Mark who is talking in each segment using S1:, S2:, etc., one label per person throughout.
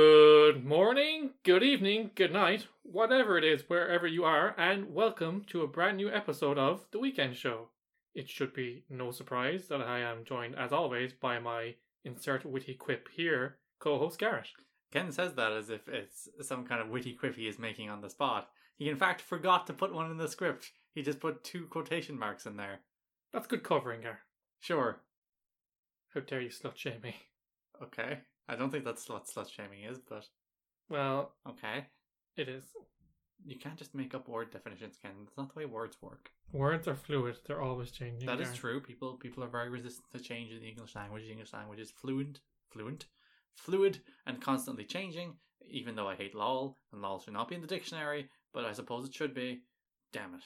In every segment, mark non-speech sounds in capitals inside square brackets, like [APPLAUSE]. S1: Good morning, good evening, good night, whatever it is, wherever you are, and welcome to a brand new episode of The Weekend Show. It should be no surprise that I am joined, as always, by my insert witty quip here, co host Garrett.
S2: Ken says that as if it's some kind of witty quip he is making on the spot. He, in fact, forgot to put one in the script. He just put two quotation marks in there.
S1: That's good covering, Gar.
S2: Sure.
S1: How dare you slut shame me?
S2: Okay. I don't think that's what slut shaming is, but
S1: Well,
S2: okay.
S1: it is.
S2: You can't just make up word definitions, Ken. That's not the way words work.
S1: Words are fluid, they're always changing.
S2: That is
S1: Gar.
S2: true. People people are very resistant to change in the English language. The English language is fluent, fluent, fluid, and constantly changing. Even though I hate lol, and lol should not be in the dictionary, but I suppose it should be. Damn it.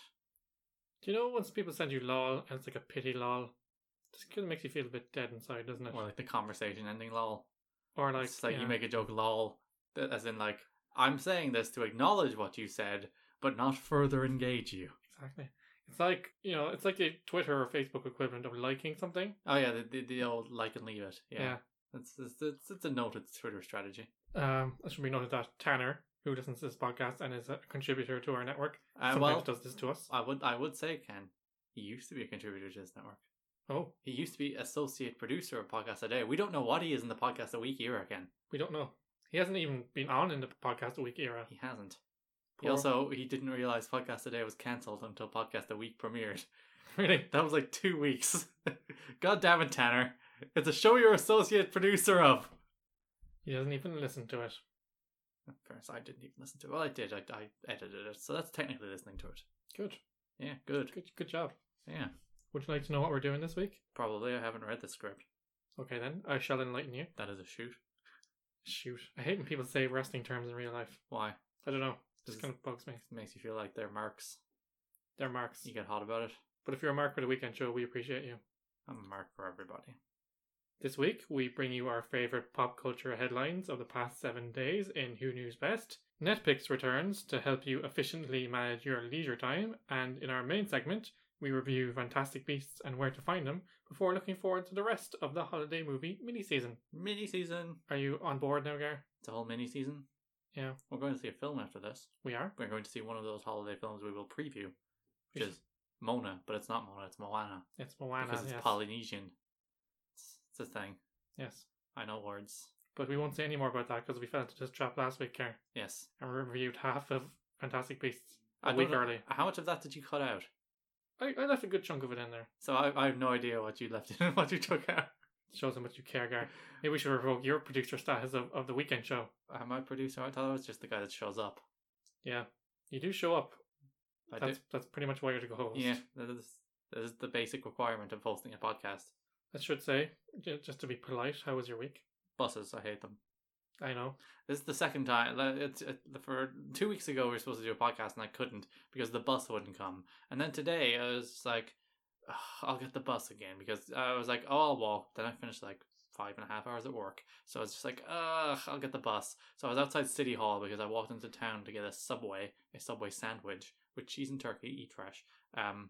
S1: Do you know once people send you lol and it's like a pity lol? Just kind of makes you feel a bit dead inside, doesn't it?
S2: Or like the conversation ending lol.
S1: or like,
S2: it's like
S1: yeah.
S2: you make a joke lol, th- as in like I'm saying this to acknowledge what you said, but not further engage you.
S1: Exactly. It's like you know, it's like the Twitter or Facebook equivalent of liking something.
S2: Oh yeah, the the, the old like and leave it. Yeah,
S1: Yeah.
S2: It's, it's it's it's a noted Twitter strategy.
S1: Um, it should be noted that Tanner, who listens to this podcast and is a contributor to our network,
S2: Uh,
S1: sometimes
S2: well,
S1: does this to us.
S2: I would I would say Ken, he used to be a contributor to this network.
S1: Oh,
S2: He used to be associate producer of podcast a day. We don't know what he is in the podcast a week era, Ken.
S1: we don't know. He hasn't even been on in the podcast a week era.
S2: He hasn't. He
S1: Poor-
S2: also he didn't realize podcast a day was cancelled until podcast a week premiered.
S1: [LAUGHS]
S2: [LAUGHS]
S1: really,
S2: That was like two weeks. [LAUGHS] God damn it, Tanner. It's a show you're associate producer of.
S1: he doesn't even listen to it.
S2: Fairness, I didn't even listen to it. Well, I did. I, I edited it, so that's technically listening to it.
S1: Good,
S2: Yeah, good.
S1: good, good job.
S2: Yeah,
S1: Would you like to know what we're doing this week?
S2: probably. I haven't read the script.
S1: Okay, then I shall enlighten you.
S2: That is a shoot.
S1: Shoot, I hate when people say wrestling terms in real life.
S2: Why?
S1: I don't know.
S2: Does
S1: Just kind of bugs me.
S2: it makes you feel like they're marks.
S1: They're marks.
S2: You get hot about it.
S1: But if you're a mark for the weekend show, we appreciate you.
S2: I'm a mark for everybody.
S1: This week, we bring you our favourite pop culture headlines of the past seven days in Who News Best. Netflix returns to help you efficiently manage your leisure time, and in our main segment, we review Fantastic Beasts and where to find them before looking forward to the rest of the holiday movie mini season.
S2: Mini season.
S1: Are you on board now, Gar?
S2: It's a whole mini season.
S1: Yeah.
S2: We're going to see a film after this.
S1: We are.
S2: We're going to see one of those holiday films we will preview,
S1: We
S2: which is Mona, but it's not Mona. It's Moana
S1: It's Moana.
S2: because it's
S1: yes.
S2: Polynesian. It's, it's a thing.
S1: yes.
S2: I know words.
S1: But we won't say any more about that because we fell into this trap last week, Gar,
S2: Yes.
S1: and we reviewed half of Fantastic Beasts
S2: I
S1: a
S2: don't
S1: week
S2: know-
S1: early.
S2: How much of that did you cut out?
S1: I, I left a good chunk of it in there.
S2: So I, I have no idea what you left [LAUGHS] in and what you took out.
S1: Shows how much you care, Gar. Maybe we should revoke your producer status of, of the weekend show.
S2: Am I Uh, producer? I thought I was just the guy that shows up.
S1: Yeah. You do show up.
S2: I
S1: that's that's pretty much why you're the host.
S2: do. Yeah, that is, that is the basic requirement of hosting a podcast.
S1: I should say, j- just to be polite, how was your week?
S2: Buses, I hate them.
S1: I know.
S2: This is the second time. like, It's it, for two weeks ago we were supposed to do a podcast and I couldn't because the bus wouldn't come. And then today I was just like, "Ugh, I'll get the bus again because I was like, oh, I'll walk. Then I finished like five and a half hours at work, so I was just like, ugh, I'll get the bus. So I was outside City Hall because I walked into town to get a subway, a subway sandwich with cheese and turkey. Eat fresh. Um,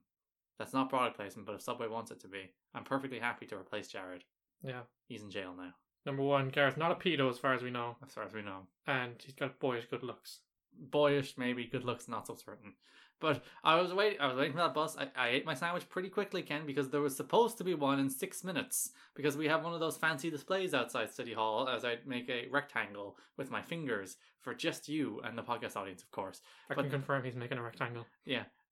S2: that's not product placement, but if Subway wants it to be, I'm perfectly happy to replace Jared.
S1: Yeah.
S2: He's in jail now,
S1: Number one, Gareth's not a pedo as far as we know,
S2: as far as we know.
S1: and he's got boyish good looks.
S2: boyish, maybe good looks, not so certain. But I was wait, I was waiting for that bus. I, I ate my sandwich pretty quickly, Ken, because there was supposed to be one in six minutes. Because we have one of those fancy displays outside City Hall, as I make a rectangle with my fingers for just you and the podcast audience, of course.
S1: I
S2: But-
S1: can confirm he's making a rectangle.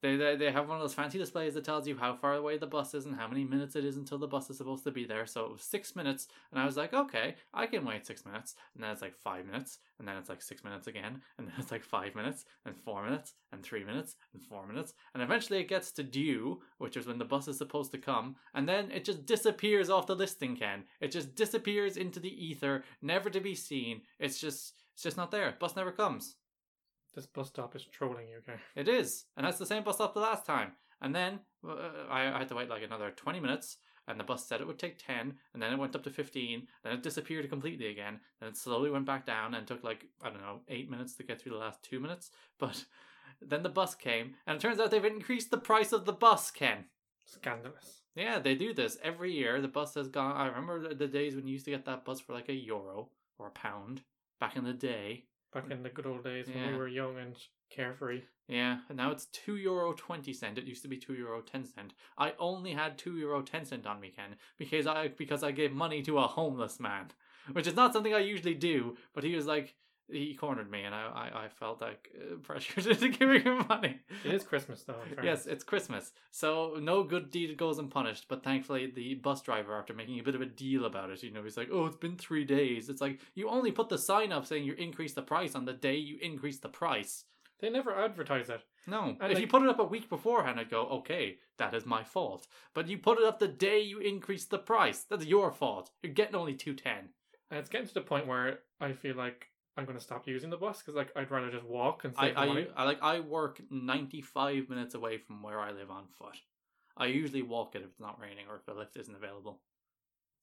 S2: They, they they have one of those fancy displays that tells you how far away the bus is and how many minutes it is until the bus is supposed to be there. So it was six minutes, and I was like, okay, I can wait six minutes. And then it's like five minutes, and then it's like six minutes again, and then it's like five minutes, and four minutes, and three minutes, and four minutes, and eventually it gets to due, which is when the bus is supposed to come, and then it just disappears off the listing. Ken, it just disappears into the ether, never to be seen. It's just it's just not there. Bus never comes.
S1: This bus stop is trolling you, Gar.
S2: It is, and that's the same bus stop the last time. And then uh, I I had to wait like another twenty minutes, and the bus said it would take ten, and then it went up to fifteen, then it disappeared completely again, then it slowly went back down and took like I don't know eight minutes to get through the last two minutes. But [LAUGHS] then the bus came, and it turns out they've increased the price of the bus, Ken.
S1: Scandalous.
S2: Yeah, they do this every year. The bus has gone. I remember the- the days when you used to get that bus for like a euro or a pound. back in the day.
S1: Back in the good old days when
S2: Yeah.
S1: we were young and carefree.
S2: Yeah, and now it's two euro twenty cent. It used to be two euro ten cent. I only had two euro ten cent on me, Ken, because I because I gave money to a homeless man, which is not something I usually do. But he was like, he cornered me, and I I, I felt like uh, [LAUGHS] pressured into giving him money.
S1: It is Christmas though. in
S2: [LAUGHS] Yes,
S1: fairness.
S2: it's Christmas, so no good deed goes unpunished. But thankfully, the bus driver, after making a bit of a deal about it, you know, he's like, "Oh, it's been three days." It's like you only put the sign up saying you increase the price on the day you increase the price.
S1: They never advertise it.
S2: No.
S1: And,
S2: if
S1: like-
S2: you put it up a week beforehand, I'd go, okay, that is my fault. But you put it up the day you increase the price. That's your fault. You're getting only 210.
S1: And it's getting to the point where I feel like I'm going to stop using the bus because like I'd rather just walk and
S2: I,
S1: save the
S2: I,
S1: money.
S2: I like I work 95 minutes away from where I live on foot. I usually walk it if it's not raining or if the lift isn't available.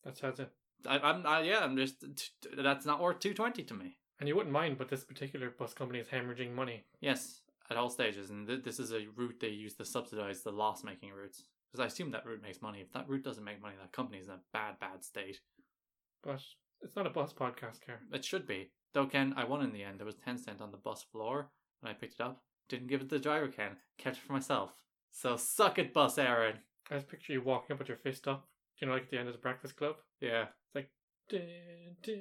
S1: That's how it's it.
S2: I, I'm I, yeah, I'm just t- t- that's not worth 220 to me.
S1: And you wouldn't mind, but this particular bus company is hemorrhaging money.
S2: Yes, at all stages, and th- this is a route they use to subsidize the loss-making routes. Because I assume that route makes money. If that route doesn't make money, that company's in a bad, bad state.
S1: But it's not a bus podcast, care.
S2: It should be. Though Ken, I won in the end. There was ten cent on the bus floor when I picked it up. Didn't give it to the driver Ken. Kept it for myself. So suck it, bus Aaron.
S1: I just picture you walking up with your fist up. You know, like at the end of the Breakfast Club.
S2: Yeah.
S1: Dun, dun.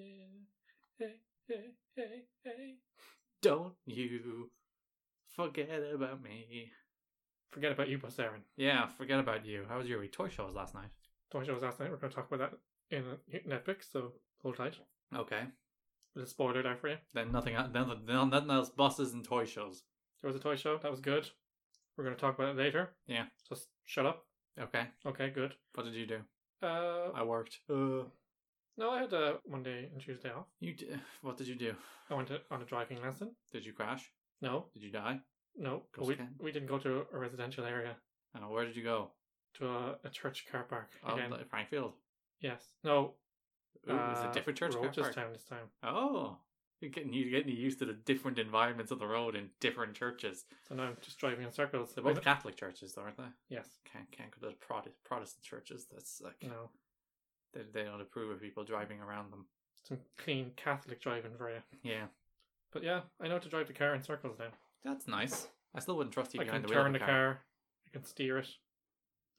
S1: Hey, hey, hey, hey.
S2: Don't you forget about me.
S1: Forget about you, Bus Aaron.
S2: Yeah, forget about you. How was your week? Toy show was last night.
S1: Toy show was last night. We're going to talk about that in Netflix, so hold tight.
S2: Okay.
S1: There's a spoiler there for you.
S2: Then nothing el- then then nothing else buses and toy shows.
S1: There was a toy show. That was good. We're going to talk about it later.
S2: Yeah.
S1: Just shut up.
S2: Okay.
S1: Okay, good.
S2: What did you do?
S1: Uh,
S2: I worked. Uh
S1: no, I had uh, Monday and Tuesday off.
S2: you d- what did you do?
S1: I went to, on a driving lesson.
S2: Did you crash?
S1: No,
S2: Did you die?
S1: no.
S2: Just
S1: we,
S2: kidding.
S1: we didn't go to a residential area,
S2: Uh, where did you go?
S1: to a, a church car park.
S2: Oh,
S1: Again.
S2: Frankfield.
S1: yes. No.
S2: Ooh, it's a different church car park.
S1: Rochestown this time.
S2: Oh, you're getting you getting used to the different environments of the road and different churches.
S1: So now I'm just driving in circles.
S2: They're
S1: I
S2: both
S1: know-
S2: Catholic churches, though, aren't they?
S1: Yes.
S2: Can't can't go to the Protest, Protestant churches. That's like
S1: No.
S2: they they don't approve of people driving around them.
S1: Some clean Catholic driving for you.
S2: Yeah,
S1: But yeah, I know how to drive the car in circles now.
S2: that's nice. I still wouldn't trust you
S1: I can
S2: behind the wheel of
S1: turn
S2: a
S1: the
S2: car.
S1: car. I can steer it.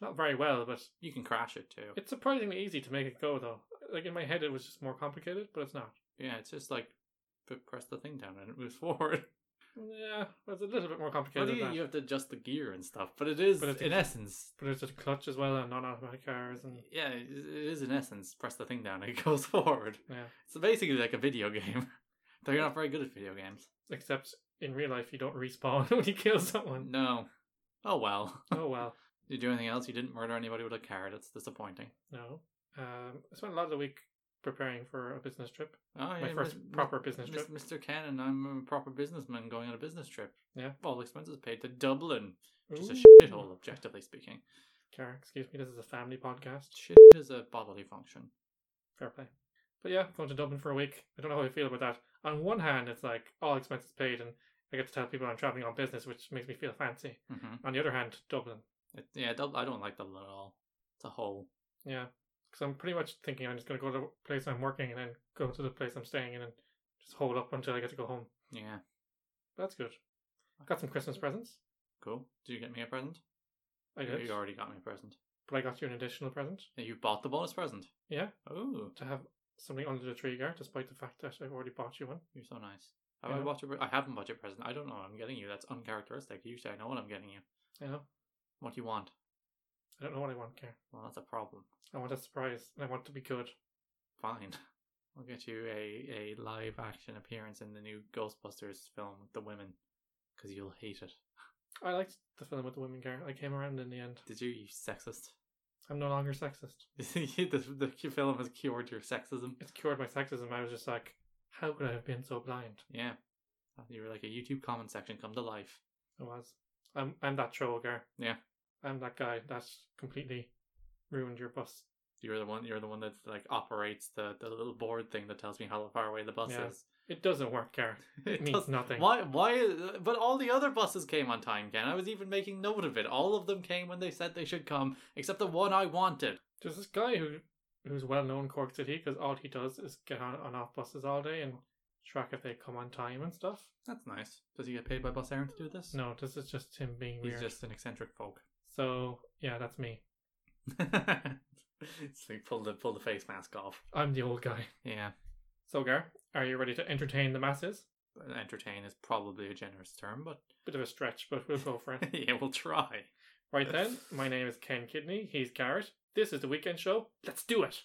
S1: Not very well, but
S2: You can crash it too.
S1: it's surprisingly easy to make it go though. Like in my head, it was just more complicated, but it's not.
S2: yeah, it's just like p- press the thing down and it moves [LAUGHS] forward.
S1: Yeah, well, it's a little bit more
S2: But
S1: complicated.
S2: you,
S1: than that.
S2: you have to adjust the gear and stuff. But it is
S1: But it's-
S2: in essence.
S1: But there's a clutch as well on non-automatic cars, and
S2: Yeah, it it is in essence. Press the thing down and [LAUGHS] it goes forward.
S1: yeah.
S2: It's basically like a video [LAUGHS] game. Though you're not very good at video games.
S1: Except in real life, you don't respawn [LAUGHS] when you kill
S2: [LAUGHS]
S1: someone.
S2: No. Oh well. [LAUGHS]
S1: Oh well.
S2: Did you do anything else? You didn't murder anybody with a carrot. That's disappointing.
S1: No. Um, I spent a lot of the week preparing for a business trip.
S2: Oh,
S1: My first proper business
S2: Mis-
S1: trip.
S2: Mr. Ken and I'm a proper businessman going on a business trip.
S1: Yeah.
S2: All expenses paid to Dublin, which is a
S1: Ooh.
S2: shithole, objectively speaking.
S1: Kara, excuse me, this is a family podcast.
S2: Shit is a bodily function.
S1: Fair play. But yeah, going to Dublin for a week. I don't know how I feel about that. On one hand, it's like all expenses paid, and I get to tell people I'm traveling on business, which makes me feel fancy.
S2: hmm
S1: On the other hand, Dublin.
S2: It, yeah, Dub- I don't like Dublin at all. It's a hole.
S1: Yeah. Because I'm pretty much thinking I'm just going to go to the place I'm working and then go to the place I'm staying in and just hold up until I get to go home.
S2: Yeah.
S1: That's good. Got some Christmas presents.
S2: Cool. Did you get me a present?
S1: I
S2: You-
S1: did.
S2: You already got me a present.
S1: But I got you an additional present
S2: Yeah, You bought the bonus present.
S1: Yeah.
S2: Oh,
S1: to have something under the tree there, despite the fact that I've already bought you one.
S2: you're so nice. Have I
S1: Yeah.
S2: bought your? pre- I haven't bought your present. I don't know what I'm getting you. That's uncharacteristic. Usually I know what I'm getting you.
S1: You know,
S2: What do you want?
S1: I don't know what I want, Care.
S2: Well, that's a problem.
S1: I want a surprise, and I want to be good.
S2: Fine. [LAUGHS] I'll get you a, a live action appearance in the new Ghostbusters film with the women because you'll hate it.
S1: I liked the film with the women, Care. I came around in the end.
S2: Did you, you sexist? [LAUGHS]
S1: I'm no longer sexist.
S2: the, the film has cured your sexism.
S1: It's cured my sexism. I was just like, how could I have been so blind?
S2: Yeah. Uh, You were like a YouTube comment section come to life.
S1: I was. I'm I'm that troll, Care.
S2: Yeah.
S1: I'm that guy that's completely ruined your bus.
S2: You're the one. You're the one that like operates the, the little board thing that tells me how far away the bus
S1: Yeah.
S2: is. [LAUGHS]
S1: It doesn't work, Care. [LAUGHS] It means
S2: doesn't-
S1: nothing.
S2: Why? Why? But all the other buses came on time, Ken. I was even making note of it. All of them came when they said they should come, except the one I wanted.
S1: There's this guy who who's well known in Cork City because all he does is get on and off buses all day and track if they come on time and stuff.
S2: That's nice. Does he get paid by Bus Aaron to do this?
S1: No, this is just him being
S2: He's
S1: weird.
S2: just an eccentric folk. [LAUGHS]
S1: So yeah, that's me.
S2: so he pulled the pull the face mask off.
S1: I'm the old guy.
S2: Yeah.
S1: [LAUGHS] So Gar, are you ready to entertain the masses?
S2: Entertain is probably a generous term, but [LAUGHS]
S1: Bit of a stretch, but we'll go for it.
S2: yeah, we'll try.
S1: right then, my name is Ken Kidney. He's Garrett. This is the weekend show. Let's do it.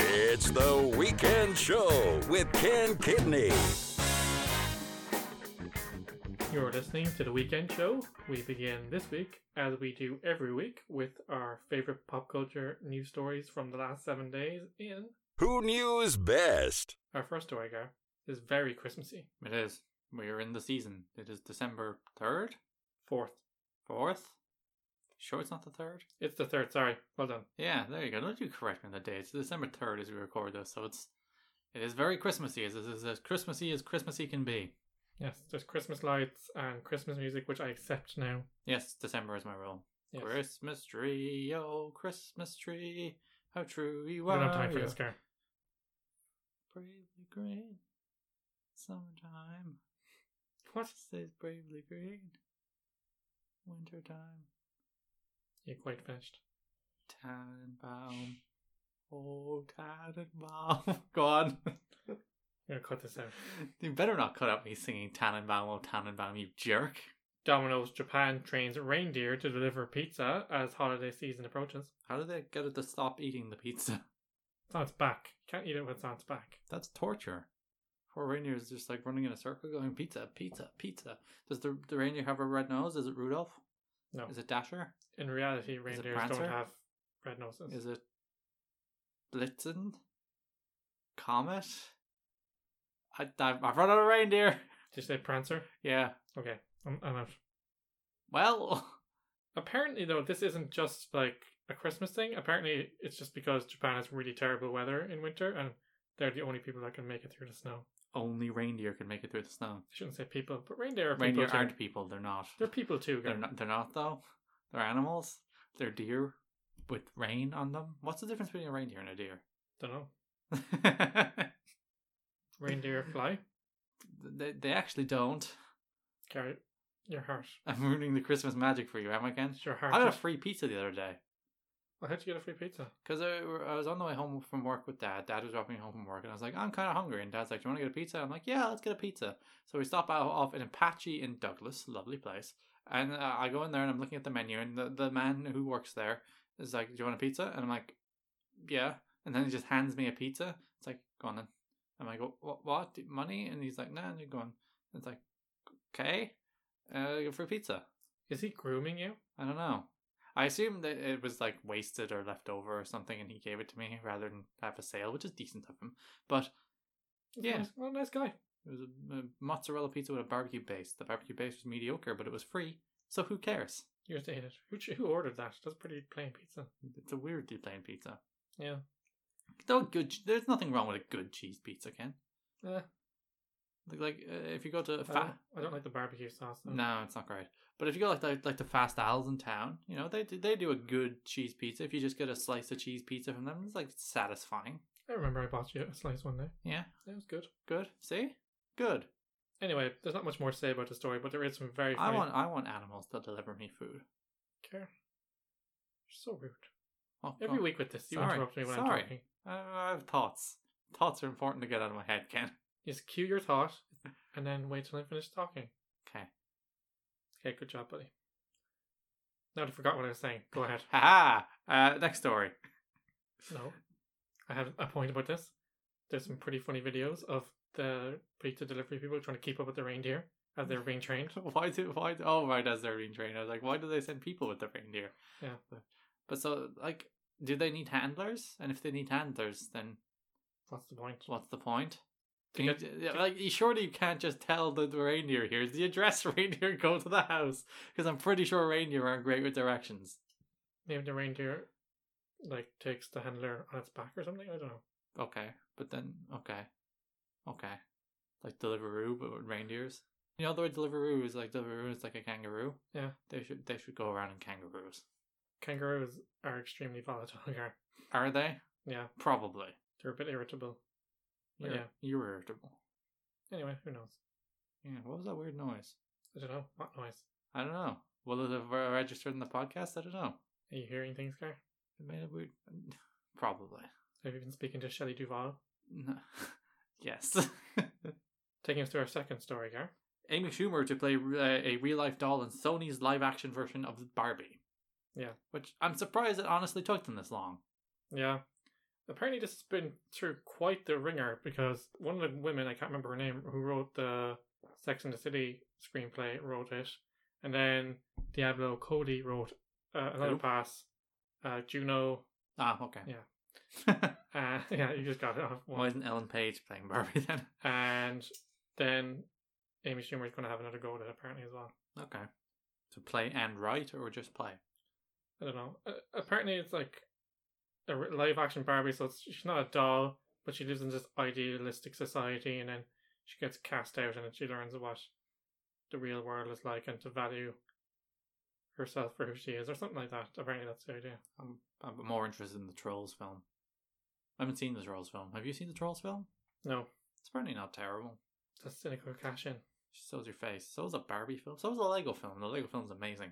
S3: It's the weekend show with Ken Kidney.
S1: You're listening to The Weekend Show. We begin this week, as we do every week, with our favourite pop culture news stories from the last seven days. In
S3: Who news best?
S1: our first story, Gar, is very Christmassy.
S2: It is. We are in the season. It is December third,
S1: Fourth.
S2: fourth. Sure, it's not the third.
S1: It's the third, sorry. Well done.
S2: Yeah, there you go. Don't you correct me on the day. It's December third as we record this, so it's it is very Christmassy. It is as Christmassy as Christmassy can be.
S1: Yes, there's Christmas lights and Christmas music, which I accept now.
S2: Yes, December is my rule.
S1: Yes.
S2: Christmas tree, oh Christmas tree, how true you
S1: We
S2: are.
S1: don't have time for
S2: you
S1: this, Gar.
S2: Bravely green, summertime.
S1: What?
S2: Says bravely green, wintertime.
S1: You quite finished.
S2: Tannenbaum, oh Tannenbaum. [LAUGHS] Go on.
S1: I'm going to cut this out.
S2: You better not cut out me singing Tannenbaum, oh Tannenbaum, you jerk.
S1: Domino's Japan trains reindeer to deliver pizza as holiday season approaches.
S2: How did they get it to stop eating the pizza?
S1: It's on its back. Can't eat it when it's on its back.
S2: That's torture. Poor reindeer is just like running in a circle going pizza, pizza, pizza. Does the, the reindeer have a red nose? Is it Rudolph?
S1: No.
S2: Is it Dasher?
S1: In reality, reindeers don't
S2: Prancer?
S1: have red noses.
S2: Is it Blitzen? Comet? I, I, I've run out of reindeer. [LAUGHS]
S1: Did you say Prancer?
S2: Yeah.
S1: Okay, I'm, I'm out.
S2: Well, [LAUGHS]
S1: Apparently, though, this isn't just like a Christmas thing. Apparently, it's just because Japan has really terrible weather in winter and they're the only people that can make it through the snow.
S2: only reindeer can make it through the snow.
S1: I shouldn't say people, but reindeer are
S2: reindeer
S1: people.
S2: aren't
S1: too.
S2: people. They're not.
S1: They're people too,
S2: They're
S1: guys.
S2: not. They're not though. They're animals. They're deer with rain on them. What's the difference between a reindeer and a
S1: Don't know.
S2: deer? [LAUGHS]
S1: Reindeer fly.
S2: [LAUGHS] they, they actually don't.
S1: Carry your heart.
S2: I'm ruining the Christmas magic for you, am I, Ken?
S1: It's your heart.
S2: I got a free pizza the other day
S1: Well, how'd you get a free pizza?
S2: because I, I was on the way home from work with Dad. Dad was dropping me home from work, and I was like, I'm kind of hungry. And Dad's like, Do you want to get a pizza? I'm like, Yeah, let's get a pizza. So we stop out off in Apache in Douglas, lovely place. And uh, I go in there and I'm looking at the menu, and the, the man who works there is like, Do you want a pizza? And I'm like, Yeah. And then he just hands me a pizza. It's like, Go on then. And I go, What? what? Money? And he's like, Nah, and you go on. It's like, Okay, uh, for pizza.
S1: Is he grooming you?
S2: I don't know. I assume that it was like wasted or left over or something, and he gave it to me rather than have a sale, which is decent of him. But Yeah.
S1: Nice- What a nice guy.
S2: it was a, a mozzarella pizza with a barbecue base. The barbecue base was mediocre, but it was free, so who cares?
S1: You're dated. Who, ch- who ordered that? That's pretty plain pizza.
S2: It's a weirdly plain pizza.
S1: Yeah.
S2: Don't good. che- There's nothing wrong with a good cheese pizza, Ken.
S1: Eh.
S2: Like, like uh, if you go to a
S1: I,
S2: fat,
S1: don't, I don't like the barbecue sauce. though.
S2: No, it's not great. But if you go like the, like the Fast Owls in town, you know they do- they do a good cheese pizza. If you just get a slice of cheese pizza from them, it's like satisfying.
S1: I remember I bought you a slice one day.
S2: Yeah,
S1: That was good.
S2: good. See, good.
S1: Anyway, there's not much more to say about the story, but there is some very
S2: I
S1: funny.
S2: want I want animals to deliver me food.
S1: Care. You're so rude.
S2: Oh,
S1: Every
S2: God.
S1: week with this, you
S2: Sorry.
S1: interrupt me when
S2: Sorry.
S1: I'm talking.
S2: I, I have thoughts. Thoughts are important to get out of my head, Ken.
S1: Just cue your thought, and then wait till I finish talking.
S2: Okay.
S1: Okay, good job, buddy. Now I forgot what I was saying. Go
S2: [LAUGHS]
S1: ahead.
S2: Ha ha. Uh, next story. [LAUGHS]
S1: No, I have a point about this. There's some pretty funny videos of the pizza delivery people trying to keep up with the reindeer as they're being trained.
S2: Why do why? do- Oh right, as they're being trained, I was like, why do they send people with the reindeer?
S1: Yeah.
S2: But, but so like, do they need handlers? And if they need handlers, then
S1: What's the point?
S2: what's the point?
S1: To
S2: Can you,
S1: get-
S2: yeah, like, you- surely you can't just tell the, the reindeer here's the address, [LAUGHS] reindeer, go to the house. Because I'm pretty sure reindeer aren't great with directions.
S1: Maybe the reindeer like takes the handler on its back or something. I don't know.
S2: Okay, but then okay, okay. like Deliveroo, but with reindeers. You know the way Deliveroo is like Deliveroo is like a kangaroo.
S1: Yeah.
S2: they should they should go around in kangaroos.
S1: Kangaroos are extremely volatile. Gar.
S2: Are they?
S1: Yeah,
S2: Probably.
S1: they're a bit irritable. But
S2: You're,
S1: yeah.
S2: you're irritable.
S1: Anyway, who knows?
S2: Yeah. What was that weird noise?
S1: I don't know. What noise?
S2: I don't know. Will it have uh, registered in the podcast? I don't know.
S1: Are you hearing things, Gar?
S2: It made a weird. [LAUGHS] Probably.
S1: Have you been speaking to Shelley Duval?
S2: No. [LAUGHS] yes. [LAUGHS]
S1: Taking us to our second story, Gar.
S2: Amy Schumer to play uh, a real life doll in Sony's live action version of Barbie.
S1: Yeah.
S2: Which I'm surprised it honestly took them this long.
S1: Yeah. Apparently, this has been through quite the ringer because one of the women, I can't remember her name, who wrote the Sex and the City screenplay, wrote it. And then Diablo Cody wrote uh, another
S2: Who?
S1: pass. Uh, Juno.
S2: Ah, okay. Yeah.
S1: Uh, [LAUGHS] yeah, you just got it off.
S2: [LAUGHS] Why
S1: One.
S2: isn't Ellen Page playing Barbie [LAUGHS] then?
S1: And then Amy Schumer's going to have another go at it, apparently, as well.
S2: Okay. To play and write or just play?
S1: I don't know. Uh, apparently, it's like a live action Barbie, so it's, she's not a doll, but she lives in this idealistic society, and then she gets cast out, and then she learns what the real world is like, and to value herself for who she is, or something like that. Apparently, that's the idea.
S2: I'm, I'm more interested in the Trolls film. I haven't seen the Trolls film. Have you seen the Trolls film?
S1: No,
S2: It's apparently not terrible.
S1: that's cynical cash in.
S2: So's your face. So's a Barbie film. So's the Lego film. The Lego film's amazing.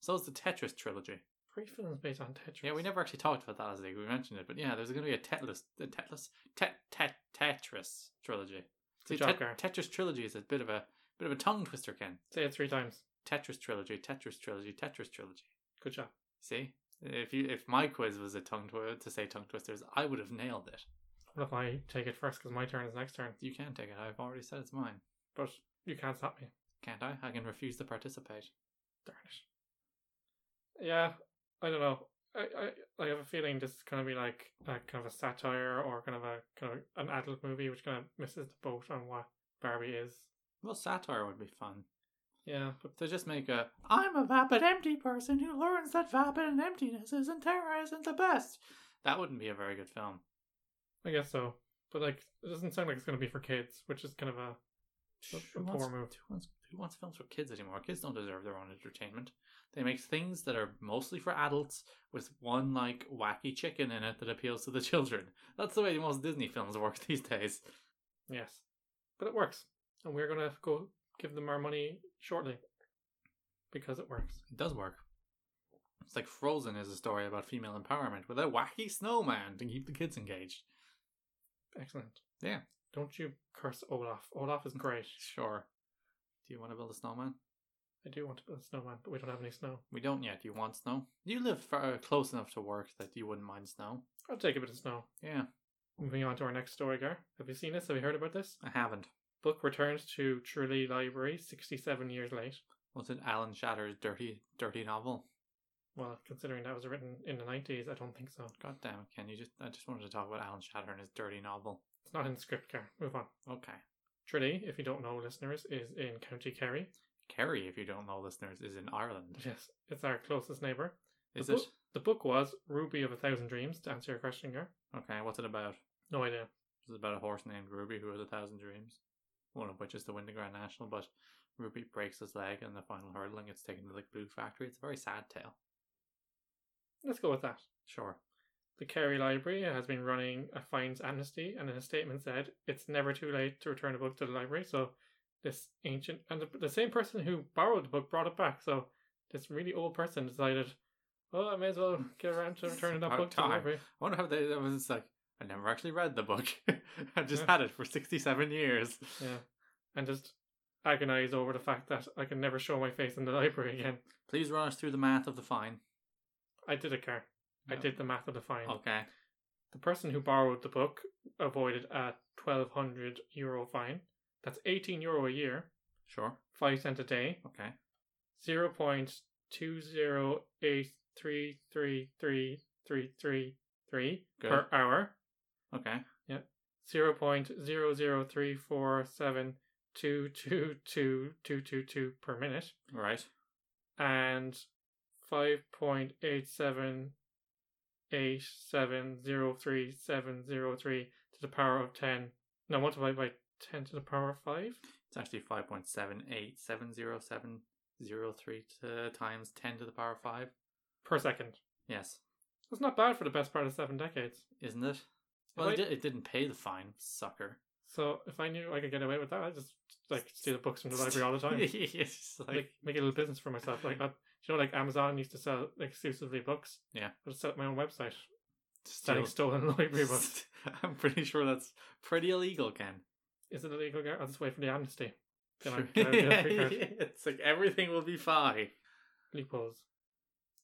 S2: So's the Tetris trilogy.
S1: Three films based on Tetris.
S2: Yeah, we never actually talked about that as a league. We mentioned it, but yeah, there's going to be a Tetris, a Tetris, Tet Tet Tetris trilogy.
S1: Good
S2: See,
S1: job,
S2: Tet-
S1: Gar.
S2: Tetris trilogy is a bit of a bit of a tongue twister, Ken.
S1: Say it three times.
S2: Tetris trilogy, Tetris trilogy, Tetris trilogy.
S1: Good job.
S2: See, if you if my quiz was a tongue twister to say tongue twisters, I would have nailed it.
S1: What if I take it first? Because my turn is next turn.
S2: You can take it. I've already said it's mine.
S1: But you can't stop me.
S2: Can't I? I can refuse to participate.
S1: Darn it. Yeah, I don't know. I, I, I have a feeling this is gonna be like a kind of a satire or kind of a kind of an adult movie which kind of misses the boat on what Barbie is.
S2: Well, satire would be fun.
S1: Yeah, but
S2: To just make a I'm a vapid empty person who learns that vapid and emptiness isn't terror isn't the best. That wouldn't be a very good film.
S1: I guess so. But like, it doesn't sound like it's gonna be for kids, which is kind of a a- a
S2: who, wants,
S1: poor move.
S2: who wants who wants films for kids anymore? Kids don't deserve their own entertainment. They make things that are mostly for adults with one like wacky chicken in it that appeals to the [LAUGHS] children. That's the way most Disney films work [LAUGHS] these days.
S1: yes, but it works, and we're gonna go give them our money shortly because it works.
S2: It does work. It's like Frozen is a story about female empowerment with a wacky snowman to keep the kids engaged.
S1: Excellent.
S2: Yeah.
S1: Don't you curse Olaf. Olaf is great.
S2: Sure. Do you want to build a snowman?
S1: I do want to build a snowman, but we don't have any snow.
S2: We don't yet. You want snow? You live far, close enough to work that you wouldn't mind snow.
S1: I'll take a bit of snow.
S2: Yeah,
S1: Moving on to our next story, Gar. Have you seen this? Have you heard about this?
S2: I haven't.
S1: Book returns to Truly Library 67 years late.
S2: Was it Alan Shatter's dirty, dirty novel?
S1: Well, considering that was written in the 90s, I don't think so.
S2: God damn it, Ken! You just I just wanted to talk about Alan Shatter and his dirty novel.
S1: It's not in script, Gar. Move on.
S2: Okay,
S1: Truly, if you don't know, listeners, is in County Kerry. [LAUGHS]
S2: Kerry, if you don't know, listeners, is in Ireland.
S1: Yes, it's our closest neighbour.
S2: Is
S1: the
S2: it?
S1: book- The book was Ruby of a Thousand Dreams, to answer your question, Gar.
S2: Okay, what's it about?
S1: No idea.
S2: It's about a horse named Ruby who has a thousand dreams, one of which is to win the Grand National. But Ruby breaks his leg in the final hurdling. It's taken to the glue factory. It's a very sad tale.
S1: Let's go with that.
S2: Sure.
S1: The Kerry Library has been running a fines amnesty, and in a statement said, "It's never too late to return a book to the library." So, this ancient and the, the same person who borrowed the book brought it back. So, this really old person decided, "Oh, I may as well get around
S2: [LAUGHS]
S1: to returning that
S2: About
S1: book to the
S2: time.
S1: library."
S2: I wonder how they. That was just like I never actually read the book. [LAUGHS] I've just
S1: Yeah.
S2: had it for sixty-seven years.
S1: Yeah, and just agonize over the fact that I can never show my face in the [LAUGHS] library again.
S2: Please run us through the math of the fine.
S1: I did it, Car. I
S2: Yeah. Oh.
S1: did the math of the fine.
S2: Okay.
S1: The person who borrowed the book avoided a twelve hundred euro fine. That's eighteen euro a year,
S2: Sure.
S1: five cent a day.
S2: Okay.
S1: zero point two zero eight three three three three three three
S2: Good.
S1: per hour.
S2: Okay.
S1: Zero point zero zero three four seven two two two two two two per minute,
S2: Right.
S1: and five point eight seven eight seven zero three seven zero three to the power of ten. No, multiplied by 10 to the power 5.
S2: It's actually 5.787073 to, times 10 to the power 5.
S1: per second.
S2: Yes,
S1: That's not bad for the best part of seven decades.
S2: isn't it? Well,
S1: Wait.
S2: it, did, it didn't pay the fine, sucker.
S1: So if I knew I could get away with that, I'd just like steal the books from the library all the
S2: [LAUGHS]
S1: time.
S2: It's like-
S1: like, make a little business for myself. Like that, you know, like Amazon used to sell exclusively books.
S2: Yeah.
S1: I just set up my own website
S2: steal-
S1: selling stolen [LAUGHS] library
S2: [LAUGHS]
S1: books.
S2: I'm pretty sure that's pretty illegal, Ken.
S1: Is it illegal? Gar- I'll just wait for the amnesty. Then I
S2: [LAUGHS] Sure.
S1: can get a free card.
S2: it's like everything will be fine.
S1: Loopholes.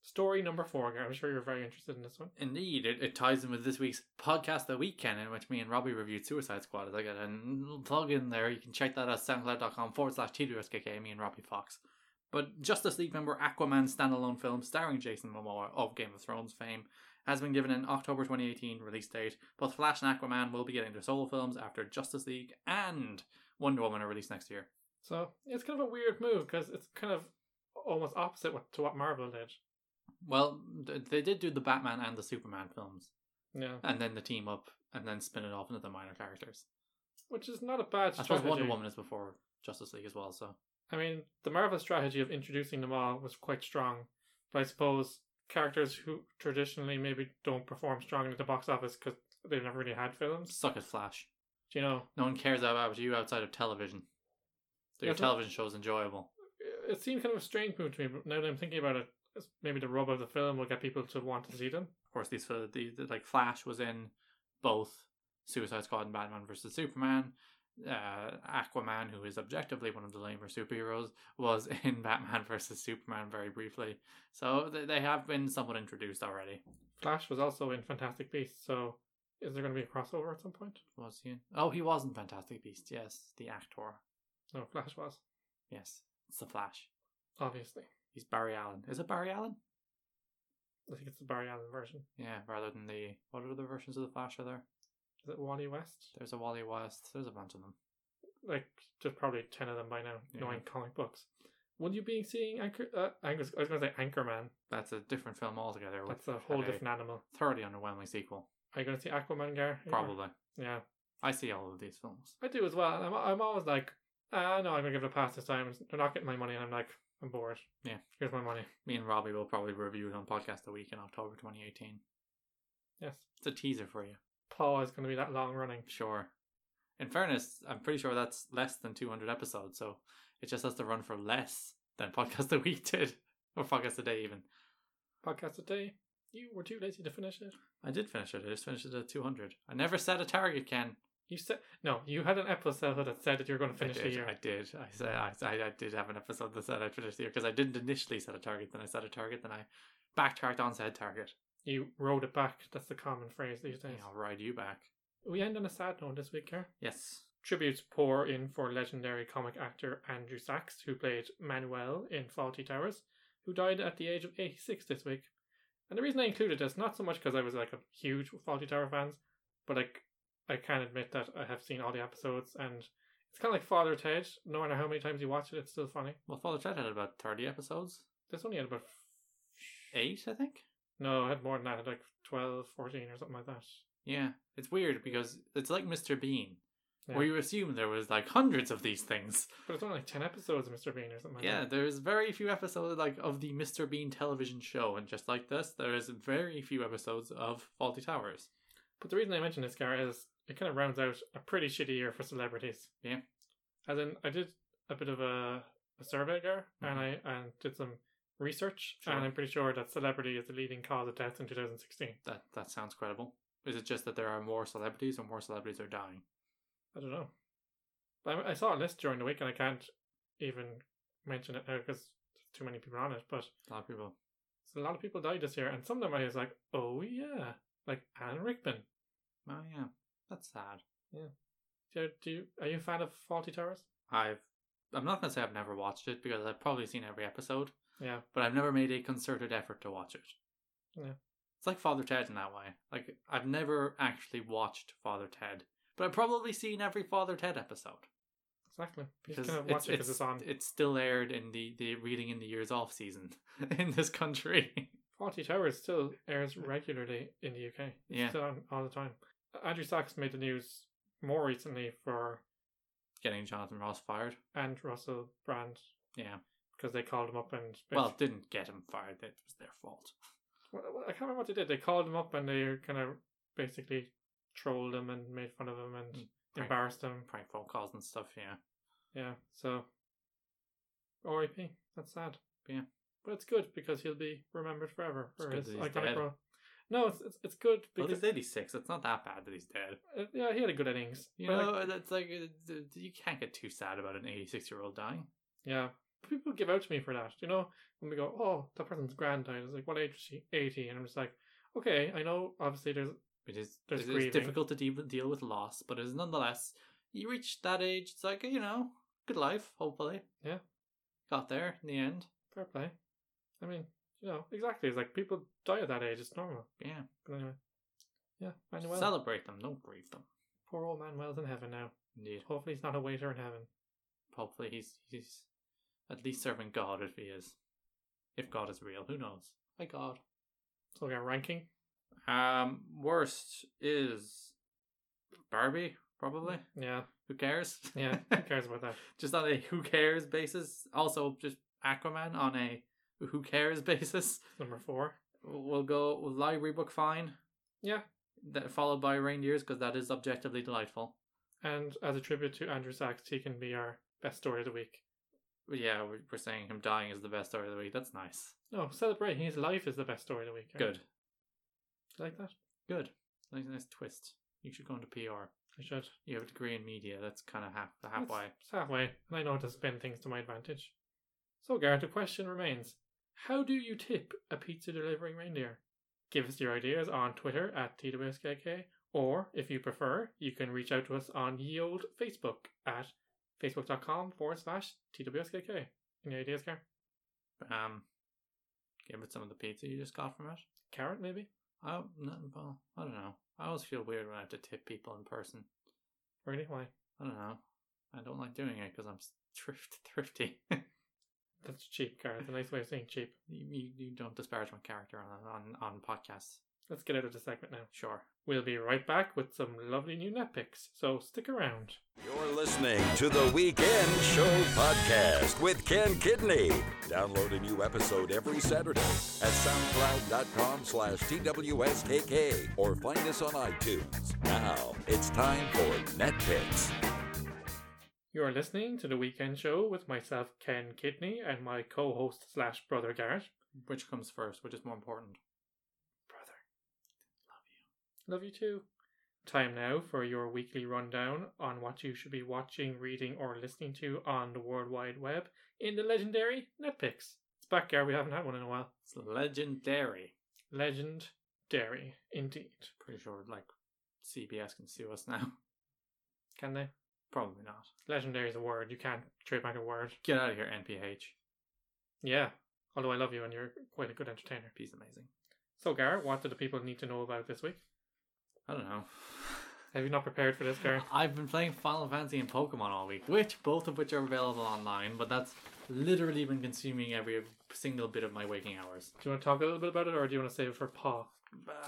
S1: Story number four. Gar. I'm sure you're very interested in this one.
S2: Indeed, it, it ties in with this week's podcast, The Weekend, in which me and Robbie reviewed Suicide Squad. I got a little plug in there. You can check that out soundcloud.com forward slash TWSKK, me and Robbie Fox. But Justice League member Aquaman standalone film starring Jason Momoa of Game of Thrones fame has been given an October 2018 release date. Both Flash and Aquaman will be getting their solo films after Justice League and Wonder Woman are released next year.
S1: So it's kind of a weird move because it's kind of almost opposite what, to what Marvel did.
S2: Well, th- they did do the Batman and the Superman films,
S1: Yeah,
S2: and then the team up, and then spin it off into the minor characters.
S1: which is not a bad.
S2: I suppose
S1: strategy.
S2: Wonder Woman is before Justice League as well, so
S1: I mean, the Marvel strategy of introducing them all was quite strong, but I suppose characters who traditionally maybe don't perform strongly at the box office because they've never really had films.
S2: suck at Flash.
S1: Do you know?
S2: No one cares about you outside of television. So your
S1: That's what-
S2: television show is enjoyable.
S1: It seemed kind of a strange move to me, but now that I'm thinking about it, it's maybe the rub of the film will get people to want to see them.
S2: Of course, these fil- the, the like Flash was in both Suicide Squad and Batman vs Superman. Uh, Aquaman, who is objectively one of the lamer superheroes, was [LAUGHS] in Batman vs Superman very briefly. So they, they have been somewhat introduced already.
S1: Flash was also in Fantastic Beasts, so is there going to be a crossover at some point?
S2: Was he? Oh, he was in Fantastic Beast. Yes, the actor.
S1: No, Flash was,
S2: Yes, it's the Flash.
S1: obviously.
S2: He's Barry Allen. Is it Barry Allen?
S1: I think it's the Barry Allen version.
S2: Yeah, rather than the what other versions of the Flash are there?
S1: Is it Wally West?
S2: There's a Wally West. There's a bunch of them.
S1: like there's probably ten of them by now,
S2: Yeah.
S1: knowing comic books. Would you be seeing Anchor? Uh, I was, I was going to say Anchorman.
S2: That's a different film altogether. With
S1: That's a whole
S2: a
S1: different animal.
S2: Thoroughly underwhelming sequel.
S1: Are you going to see Aquaman, Gar? Are you
S2: Probably.
S1: going- Yeah,
S2: I see all of these films.
S1: I do as well. and I'm, I'm always like, ah, no, I'm going to give it a pass this time. They're not getting my money, and I'm like, I'm bored.
S2: Yeah.
S1: here's my money.
S2: Me and Robbie will probably review it on podcast a week in October 2018.
S1: Yes,
S2: It's a teaser for you.
S1: Paw is going to be that long running.
S2: Sure. In fairness, I'm pretty sure that's less than 200 episodes, so it just has to run for less than [LAUGHS] podcast a week did, or podcast a day even.
S1: Podcast today. You were too lazy to finish it.
S2: I did finish it. I just finished it at 200. I never set a target, Ken.
S1: You said no. You had an episode that said that you're going to finish the
S2: I did.
S1: year.
S2: I did. I said I, I, I did have an episode that said I finished the year because I didn't initially set a target. Then I set a target. Then I backtracked on said target.
S1: You rode it back. That's the common phrase these days.
S2: I'll ride you back.
S1: We end on a sad note this week, Gar.
S2: Yes.
S1: Tributes pour in for legendary comic actor Andrew Sachs, who played Manuel in Faulty Towers, who died at the age of 86 this week. And the reason I included this, not so much because I was like a huge Faulty Tower fans, but like I can admit that I have seen all the episodes, and it's kind of like Father Ted. No matter how many times you watch it, it's still funny.
S2: Well, Father Ted had about 30 episodes.
S1: This only had about
S2: Eight, I think.
S1: no, I had more than that, I had like 12, 14 or something like that.
S2: Yeah. It's weird because it's like Mr. Bean,
S1: Yeah.
S2: where you assume there was like hundreds of these things.
S1: But it's only like 10 episodes of Mr. Bean or something like
S2: Yeah,
S1: that.
S2: there's very few episodes like of the Mr. Bean television show, and just like this, there is very few episodes of Faulty Towers.
S1: But the reason I mention this, Gar, is it kind of rounds out a pretty shitty year for celebrities.
S2: Yeah.
S1: As in, I did a bit of a, a survey, Gar, and I and did some research,
S2: Sure.
S1: and I'm pretty Mm-hmm. sure that celebrity is the leading cause of deaths in 2016.
S2: That that sounds credible. Is it just that there are more celebrities or more celebrities are dying?
S1: I don't know. But I, I saw a list during the week, and I can't even mention it now because there's too many people on it, but
S2: A lot of people.
S1: a lot of people died this year, and some of them I was like, oh yeah, like Anne Rickman.
S2: Oh yeah, that's sad.
S1: Do, do you, are you a fan of Faulty Towers?
S2: I've I'm not gonna say I've never watched it because I've probably seen every episode,
S1: Yeah.
S2: but I've never made a concerted effort to watch it.
S1: Yeah.
S2: It's like Father Ted in that way. Like I've never actually watched Father Ted, but I've probably seen every Father Ted episode.
S1: Exactly. You
S2: Because
S1: just kind of watch it because it's on.
S2: it's still aired in the, the reading in the years off season [LAUGHS] in this country. [LAUGHS]
S1: Faulty Towers still airs regularly in the UK. It's
S2: Yeah.
S1: still on all the time. Andrew Sachs made the news more recently for
S2: getting Jonathan Ross fired.
S1: and Russell Brand
S2: Yeah.
S1: because they called him up and
S2: Well, didn't get him fired. That was their fault.
S1: Well, I can't remember what they did. They called him up and they kind of basically trolled him and made fun of him and
S2: Mm, prank.
S1: embarrassed him.
S2: Prank phone calls and stuff. Yeah.
S1: Yeah, so R.I.P. That's sad.
S2: Yeah.
S1: but it's good because he'll be remembered forever
S2: It's
S1: for
S2: good
S1: his
S2: that he's
S1: iconic
S2: dead.
S1: role. No, it's it's, it's good
S2: Well,
S1: because
S2: he's 86. It's not that bad that he's dead.
S1: uh, yeah, he had a good innings.
S2: You
S1: But, like,
S2: know, that's like it's- it's- you can't get too sad about an 86 year old dying.
S1: yeah, people give out to me for that. You know, when we go, oh, that person's grand died. It's like, what age is she? Eighty, and I'm just like, okay, I know. Obviously, there's
S2: It is it
S1: There's
S2: is
S1: grieving.
S2: difficult to deal deal with loss, but it is nonetheless you reach that age. It's like you know, good life. Hopefully,
S1: Yeah.
S2: got there in the end.
S1: fair play. I mean, you know, exactly. It's like people die at that age. It's normal.
S2: Yeah,
S1: But anyway, yeah, Manuel.
S2: celebrate them. Don't grieve them.
S1: Poor old Manuel's in heaven now.
S2: Indeed.
S1: Hopefully, he's not a waiter in heaven.
S2: Hopefully, he's he's at least serving God if he is, if God is real. Who knows? My God.
S1: So we got ranking.
S2: Um, worst is Barbie. Probably.
S1: Yeah,
S2: Who cares?
S1: yeah. Who
S2: [LAUGHS]
S1: cares about that?
S2: just on a who cares basis. Also, just Aquaman on a who cares [LAUGHS] basis.
S1: Number four.
S2: We'll go with library book fine.
S1: Yeah.
S2: That followed by reindeers because that is objectively delightful.
S1: And as a tribute to Andrew Sachs, he can be our best story of the week.
S2: But yeah, we- we're saying him dying is the best story of the week. That's nice.
S1: No, celebrating his life is the best story of the week. right?
S2: Good.
S1: You like that?
S2: Good. Nice, nice twist. You should go into PR.
S1: I should.
S2: You have a degree in media. That's kind of half halfway.
S1: It's halfway, and I know how to spin things to my advantage. So, Gareth, the question remains How do you tip a pizza delivering reindeer? Give us your ideas on Twitter at TWSKK, or if you prefer, you can reach out to us on ye old Facebook at facebook.com forward slash TWSKK. Any ideas, Gareth?
S2: Um, give it some of the pizza you just got from it.
S1: Carrot, maybe?
S2: I don't, no, well, I don't know. I always feel weird when I have to tip people in person.
S1: Really? Why?
S2: I don't know. I don't like doing it because I'm s- [LAUGHS] thrift thrifty. [LAUGHS]
S1: That's cheap, Gareth. A nice way of saying cheap.
S2: you, you, you don't disparage my character on on on podcasts.
S1: Let's get out of the segment now.
S2: Sure.
S1: We'll be right back with some lovely new net picks, so stick around.
S3: You're listening to the Weekend Show podcast with Ken Kidney. Download a new episode every Saturday at soundcloud.com slash TWSKK or find us on iTunes. Now it's time for Net Picks.
S1: You are listening to the weekend show with myself, Ken Kidney, and my co-host slash brother Garrett.
S2: Which comes first? Which is more important?
S1: Brother, love you. Love you too. Time now for your weekly rundown on what you should be watching, reading, or listening to on the World Wide Web in the legendary Netpicks. It's back, Garrett. We haven't had one in a while.
S2: It's legendary.
S1: Legendary, indeed.
S2: Pretty sure like CBS can sue us now. [LAUGHS]
S1: Can they?
S2: Probably not.
S1: Legendary is a word. You can't trademark a word.
S2: Get out of here, NPH.
S1: Yeah. Although I love you and you're quite a good entertainer.
S2: He's amazing.
S1: So, Garrett, what do the people need to know about this week?
S2: I don't know. [LAUGHS]
S1: Have you not prepared for this, Garrett?
S2: I've been playing Final Fantasy and Pokemon all week, which both of which are available online, but that's literally been consuming every single bit of my waking hours.
S1: Do you want to talk a little bit about it, or do you want to save it for Pa?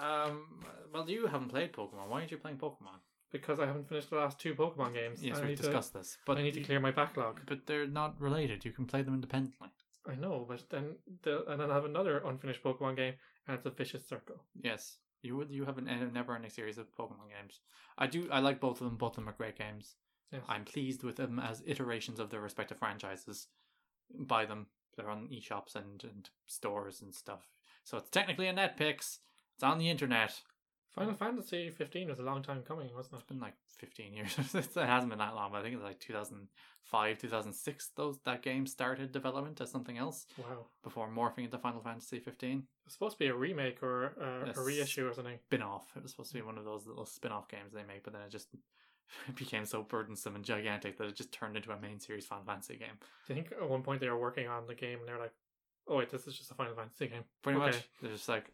S2: Um, well, you haven't played Pokemon. Why aren't you playing Pokemon?
S1: Because I haven't finished the last two Pokemon games.
S2: Yes,
S1: I
S2: we
S1: need to-
S2: discussed this, but
S1: I need to clear my backlog.
S2: But they're not related. You can play them independently.
S1: I know, but then the, and then I have another unfinished Pokemon game, and it's a vicious circle.
S2: Yes, you would. You have an a never-ending series of Pokemon games. I do. I like both of them. Both of them are great games.
S1: Yes.
S2: I'm pleased with them as iterations of their respective franchises. Buy them. They're on eShops and and stores and stuff. So it's technically a Netpix. It's on the internet. Hmm.
S1: Final Fantasy 15 was a long time coming, wasn't
S2: It's been like 15 years. [LAUGHS] it hasn't been that long. But I think it's like 2005, 2006. Those that game started development as something else
S1: it? Wow.
S2: before morphing into Final Fantasy 15.
S1: It's supposed to be a remake or uh,
S2: Yes.
S1: a reissue or something.
S2: spin off. It was supposed to be one of those little spin off games they make, but then it just [LAUGHS] became so burdensome and gigantic that it just turned into a main series Final Fantasy game.
S1: Do you think at one point they were working on the game and they're like, oh wait, this is just a Final Fantasy game?
S2: Pretty
S1: Okay.
S2: much, they're just like,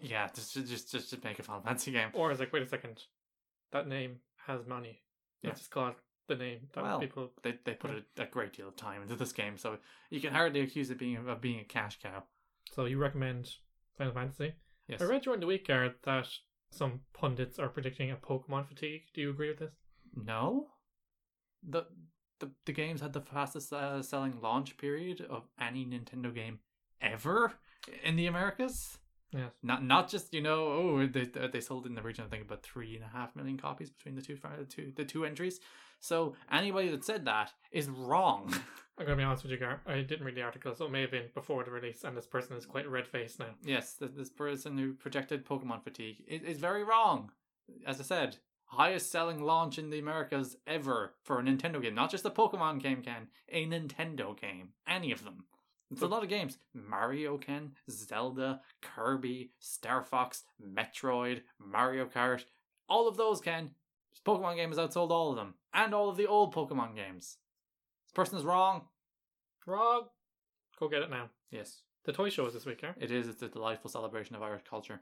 S2: yeah, just just just, just make a Final Fantasy game.
S1: Or it's like, wait a second, that name has money.
S2: Yeah.
S1: Let's just call it the name that
S2: Well,
S1: people
S2: They they put a, a great deal of time into this game, so you can hardly accuse it being of being a cash cow.
S1: So you recommend Final Fantasy?
S2: Yes,
S1: I read during the week, Garrett, that some pundits are predicting a Pokemon fatigue. Do you agree with this?
S2: no, the the, the games had the fastest uh, selling launch period of any Nintendo game ever in the Americas.
S1: Yes.
S2: Not not just you know oh they they sold in the region I think about three and a half million copies between the two fr- the two the two entries. So anybody that said that is wrong. [LAUGHS]
S1: I'm gonna be honest with you, Gar. I didn't read the article, so it may have been before the release, and this person is quite red faced now.
S2: yes, th- this person who projected Pokemon fatigue is, is very wrong. As I said, highest selling launch in the Americas ever for a Nintendo game. Not just a Pokemon game, Ken. A Nintendo game. Any of them. It's a lot of games. Mario Ken, Zelda, Kirby, Star Fox, Metroid, Mario Kart. All of those, Ken. This Pokemon game has outsold all of them. And all of the old Pokemon games. This person is wrong.
S1: Wrong. Go get it now.
S2: Yes.
S1: The toy show is this week, Gar.
S2: It is. It's a delightful celebration of Irish culture.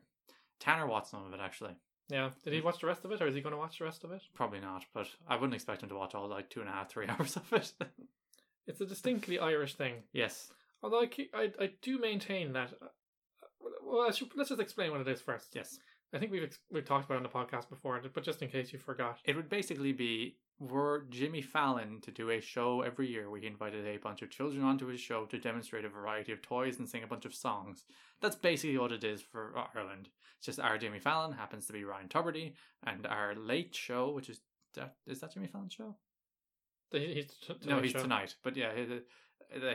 S2: Tanner watched some of it actually.
S1: Yeah. Did he watch the rest of it, or is he gonna watch the rest of it?
S2: Probably not, but I wouldn't expect him to watch all like two and a half, three [LAUGHS] hours of it.
S1: It's a distinctly Irish thing.
S2: yes.
S1: Although I, keep, I, I do maintain that. uh, Well, I should, let's just explain what it is first.
S2: Yes.
S1: I think we've ex- we've talked about it on the podcast before, but just in case you forgot.
S2: It would basically be were Jimmy Fallon to do a show every year where he invited a bunch of children onto his show to demonstrate a variety of toys and sing a bunch of songs. That's basically what it is for Ireland. It's just our Jimmy Fallon happens to be Ryan Tuberty, and our late show, which is that is that Jimmy Fallon's show?
S1: He- He's t-
S2: no, he's
S1: show.
S2: tonight. But yeah, his,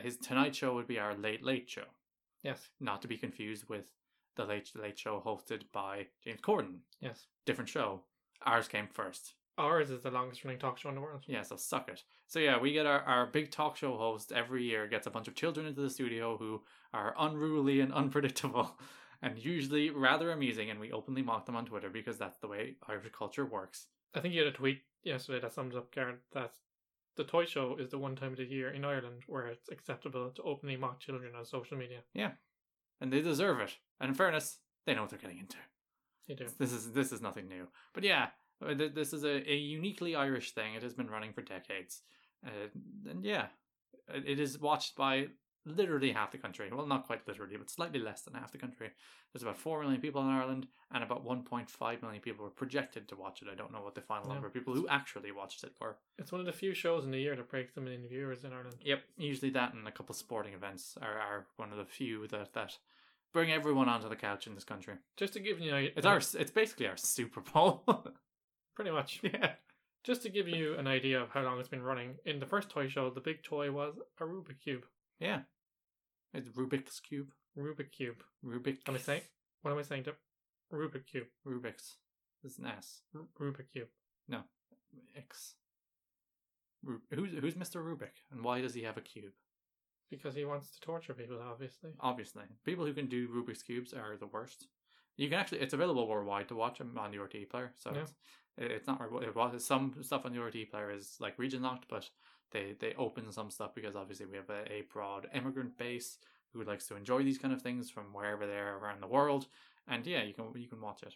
S2: his Tonight Show would be our late late show.
S1: Yes,
S2: not to be confused with the Late Late Show hosted by James Corden.
S1: yes.
S2: Different show. Ours came first.
S1: Ours is the longest running talk show in the world.
S2: Yeah, so suck it. So yeah, we get our, our big talk show host every year gets a bunch of children into the studio who are unruly and [LAUGHS] unpredictable and usually rather amusing and we openly mock them on Twitter because that's the way Irish culture works.
S1: I think you had a tweet yesterday that sums up, Garrett, that the toy show is the one time of the year in Ireland where it's acceptable to openly mock children on social media.
S2: And they deserve it. And in fairness, they know what they're getting into.
S1: You do.
S2: This is this is nothing new. But yeah, uh, th- this is a, a uniquely Irish thing. It has been running for decades, uh, and yeah, it it is watched by literally half the country. Well, not quite literally, but slightly less than half the country. There's about four million people in Ireland, and about 1.5 million people were projected to watch it. I don't know what the final
S1: Yeah.
S2: number of people who actually watched it were.
S1: It's one of the few shows in the year that breaks a million viewers in Ireland.
S2: Yep, usually that and a couple sporting events are, are one of the few that that bring everyone onto the couch in this country.
S1: Just to give you an
S2: It's our it's basically our Super Bowl. [LAUGHS]
S1: pretty much.
S2: yeah.
S1: Just to give you an idea of how long it's been running, in the first toy show, the big toy was a Rubik cube.
S2: Yeah. It's Rubik's Cube.
S1: Rubik cube.
S2: Rubik.
S1: Am I saying? What am I saying? To Rubik cube.
S2: Rubik's. It's an S.
S1: R- Rubik cube.
S2: X. Ru- Who's, who's Mr. Rubik and why does he have a cube?
S1: Because he wants to torture people, obviously.
S2: Obviously, people who can do Rubik's cubes are the worst. You can actually it's available worldwide to watch them on the RTE player, so
S1: Yeah.
S2: it's it's, it's not re- it was some stuff on the RTE player is like region locked, but they they open some stuff because obviously we have a, a broad immigrant base who likes to enjoy these kind of things from wherever they are around the world, and yeah, you can you can watch it.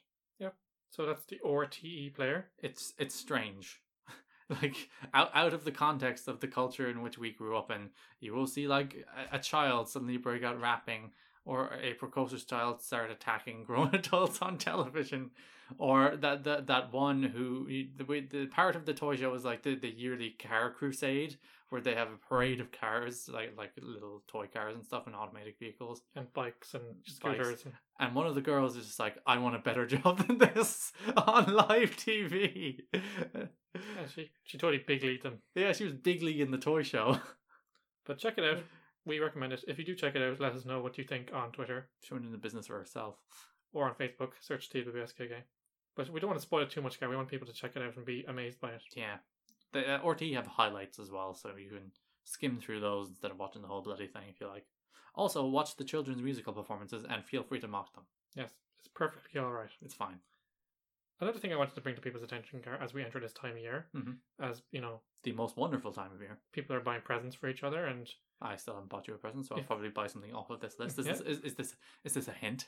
S1: So that's the RTE player.
S2: it's it's strange [LAUGHS] like out, out of the context of the culture in which we grew up in you will see like a, a child suddenly break out rapping or a precocious child start attacking [LAUGHS] grown adults on television or that that, that one who the, way- the part of the toy show is like the, the yearly car crusade where they have a parade of cars like like little toy cars and stuff and automatic vehicles
S1: and bikes and
S2: Bikes.
S1: scooters. And
S2: and one of the girls is just like i want a better [LAUGHS] job than this on live [LAUGHS] tv
S1: yeah, she she totally big leagued them.
S2: Yeah, she was big league in the toy show. [LAUGHS]
S1: But check it out. We recommend it. If you do check it out, let us know what you think on Twitter
S2: She went into business for herself.
S1: or on Facebook. Search TWSKK. But we don't want to spoil it too much, guy. We want people to check it out and be amazed by it.
S2: Yeah. The uh, RT have highlights as well, so you can skim through those instead of watching the whole bloody thing if you like. Also, watch the children's musical performances and feel free to mock them.
S1: Yes, it's perfectly all right.
S2: It's fine.
S1: Another thing I wanted to bring to people's attention, Gar, as we enter this time of year,
S2: Mhm.
S1: as you know,
S2: The most wonderful time of year.
S1: people are buying presents for each other, and
S2: I still haven't bought you a present, so I'll
S1: Yeah.
S2: probably buy something off of this list.
S1: [LAUGHS]
S2: Is,
S1: Yeah.
S2: this, is, is this is this a hint?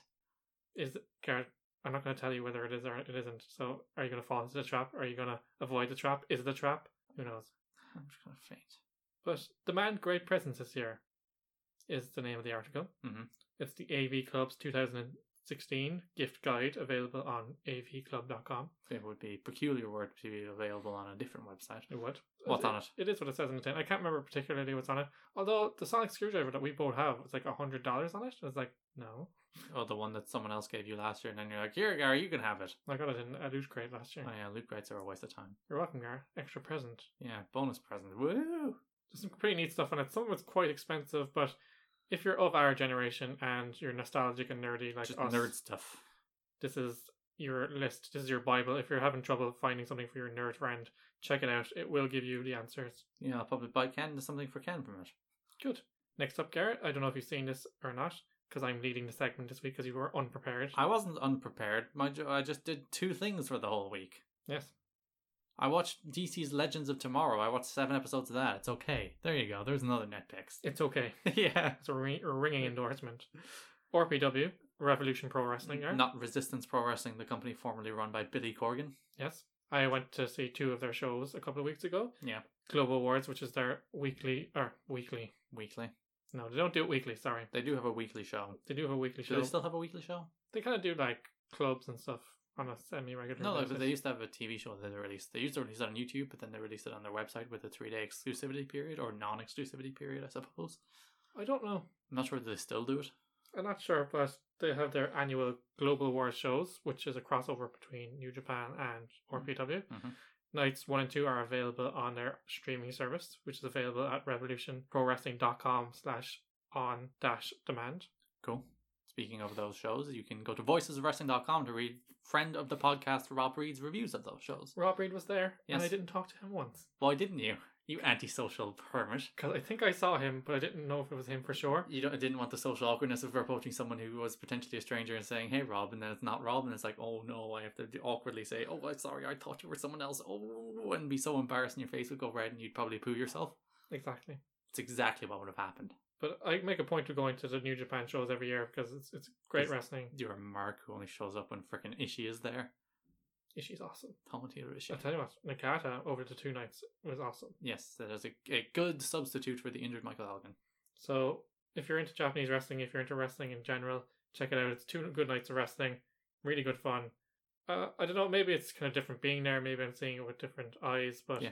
S1: is Garrett, I'm not going to tell you whether it is or it isn't. So, are you going to fall into the trap? Are you going to avoid the trap? Is it a trap? Who knows?
S2: I'm just gonna faint.
S1: But demand great presents this year is the name of the article.
S2: Mhm.
S1: It's the AV Club's 2000, 16 gift guide available on avclub.com.
S2: It would be peculiar word to be available on a different website.
S1: It would.
S2: What's on it?
S1: It is what it says on the tin. I can't remember particularly what's on it. Although the sonic screwdriver that we both have, it's like $100 on it. And it's like, no.
S2: Oh, the one that someone else gave you last year, and then you're like, here, Gary, you can have it.
S1: I got it in a loot crate last year.
S2: Oh, yeah, loot crates are a waste of time.
S1: You're welcome, Gar. Extra present.
S2: Yeah, bonus present. Woo!
S1: There's some pretty neat stuff on it. Some of it's quite expensive, but if you're of our generation and you're nostalgic and nerdy like
S2: Just
S1: us,
S2: nerd stuff.
S1: this is your list. This is your Bible. If you're having trouble finding something for your nerd friend, check it out. It will give you the answers.
S2: Yeah, I'll probably buy Ken something for Ken from it.
S1: Good. Next up, Garrett. I don't know if you've seen this or not, because I'm leading the segment this week because you were unprepared.
S2: I wasn't unprepared. My, jo- I just did two things for the whole week.
S1: yes.
S2: I watched DC's Legends of Tomorrow. I watched seven episodes of that. It's okay. There you go. There's another Netflix.
S1: It's okay.
S2: [LAUGHS] yeah.
S1: It's a, ring- a ringing endorsement. RPW, Revolution Pro Wrestling. Garrett.
S2: Not Resistance Pro Wrestling, the company formerly run by Billy Corgan.
S1: Yes. I went to see two of their shows a couple of weeks ago.
S2: Yeah.
S1: Global Awards, which is their weekly, or weekly.
S2: Weekly.
S1: No, they don't do it weekly, sorry.
S2: They do have a weekly show.
S1: They do have a weekly
S2: Do
S1: show.
S2: they still have a weekly show?
S1: They kind of do like clubs and stuff on a semi regular
S2: No, like,
S1: basis.
S2: but they used to have a TV show that they released. They used to release it on YouTube, but then they released it on their website with a three day exclusivity period or non exclusivity period, I suppose.
S1: I don't know.
S2: I'm not sure whether they still do it.
S1: I'm not sure, but they have their annual Global War shows, which is a crossover between New Japan and RPW.
S2: Mhm.
S1: Nights 1 and 2 are available on their streaming service, which is available at revolutionprowrestling.com slash on dash demand.
S2: Cool. Speaking of those shows, you can go to voicesofwrestling.com to read friend of the podcast Rob Reed's reviews of those shows.
S1: Rob Reed was there, and I
S2: Yes.
S1: didn't talk to him once.
S2: Why didn't you? You antisocial hermit.
S1: Because I think I saw him, but I didn't know if it was him for sure.
S2: You don't, didn't want the social awkwardness of approaching someone who was potentially a stranger and saying, hey, Rob, and then it's not Rob, and it's like, oh no, I have to do- awkwardly say, oh, I'm sorry, I thought you were someone else, oh, and be so embarrassed and your face would go red and you'd probably poo yourself.
S1: Exactly.
S2: It's exactly what would have happened.
S1: But I make a point of going to the New Japan shows every year because it's, it's great
S2: Is-
S1: wrestling.
S2: You're a mark who only shows up when frickin' Ishii is there.
S1: She's awesome.
S2: Commentator Ishii.
S1: I'll tell you what, Nakata over the two nights was awesome.
S2: Yes, that is a, a good substitute for the injured Michael Elgin.
S1: So if you're into Japanese wrestling, if you're into wrestling in general, check it out. It's two good nights of wrestling, really good fun. Uh, I don't know, maybe it's kind of different being there. Maybe I'm seeing it with different eyes, but
S2: Yeah.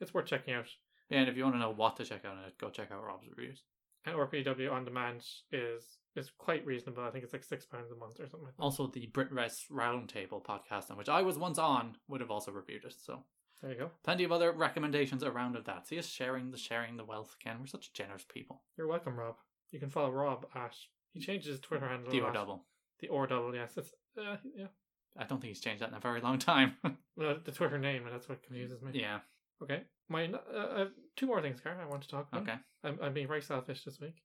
S1: it's worth checking out.
S2: Yeah, and if you want to know what to check out on it, go check out Rob's reviews.
S1: And RPW on demand is is quite reasonable. I think it's like six pounds a month or something. like that.
S2: Also, the Brit Rest Roundtable podcast, on which I was once on, would have also reviewed it. So,
S1: There you go.
S2: plenty of other recommendations around of that. See us sharing the sharing the wealth, Ken. We're such generous people.
S1: You're welcome, Rob. You can follow Rob at he changes his Twitter handle.
S2: The
S1: a
S2: or
S1: lot.
S2: double.
S1: The or double. Yes, it's uh, yeah.
S2: I don't think he's changed that in a very long time.
S1: Well, the Twitter name, and that's what confuses me.
S2: [LAUGHS] yeah.
S1: Okay. My uh, uh, two more things, Karen. I want to talk about.
S2: Okay.
S1: I'm, I'm being very selfish this week.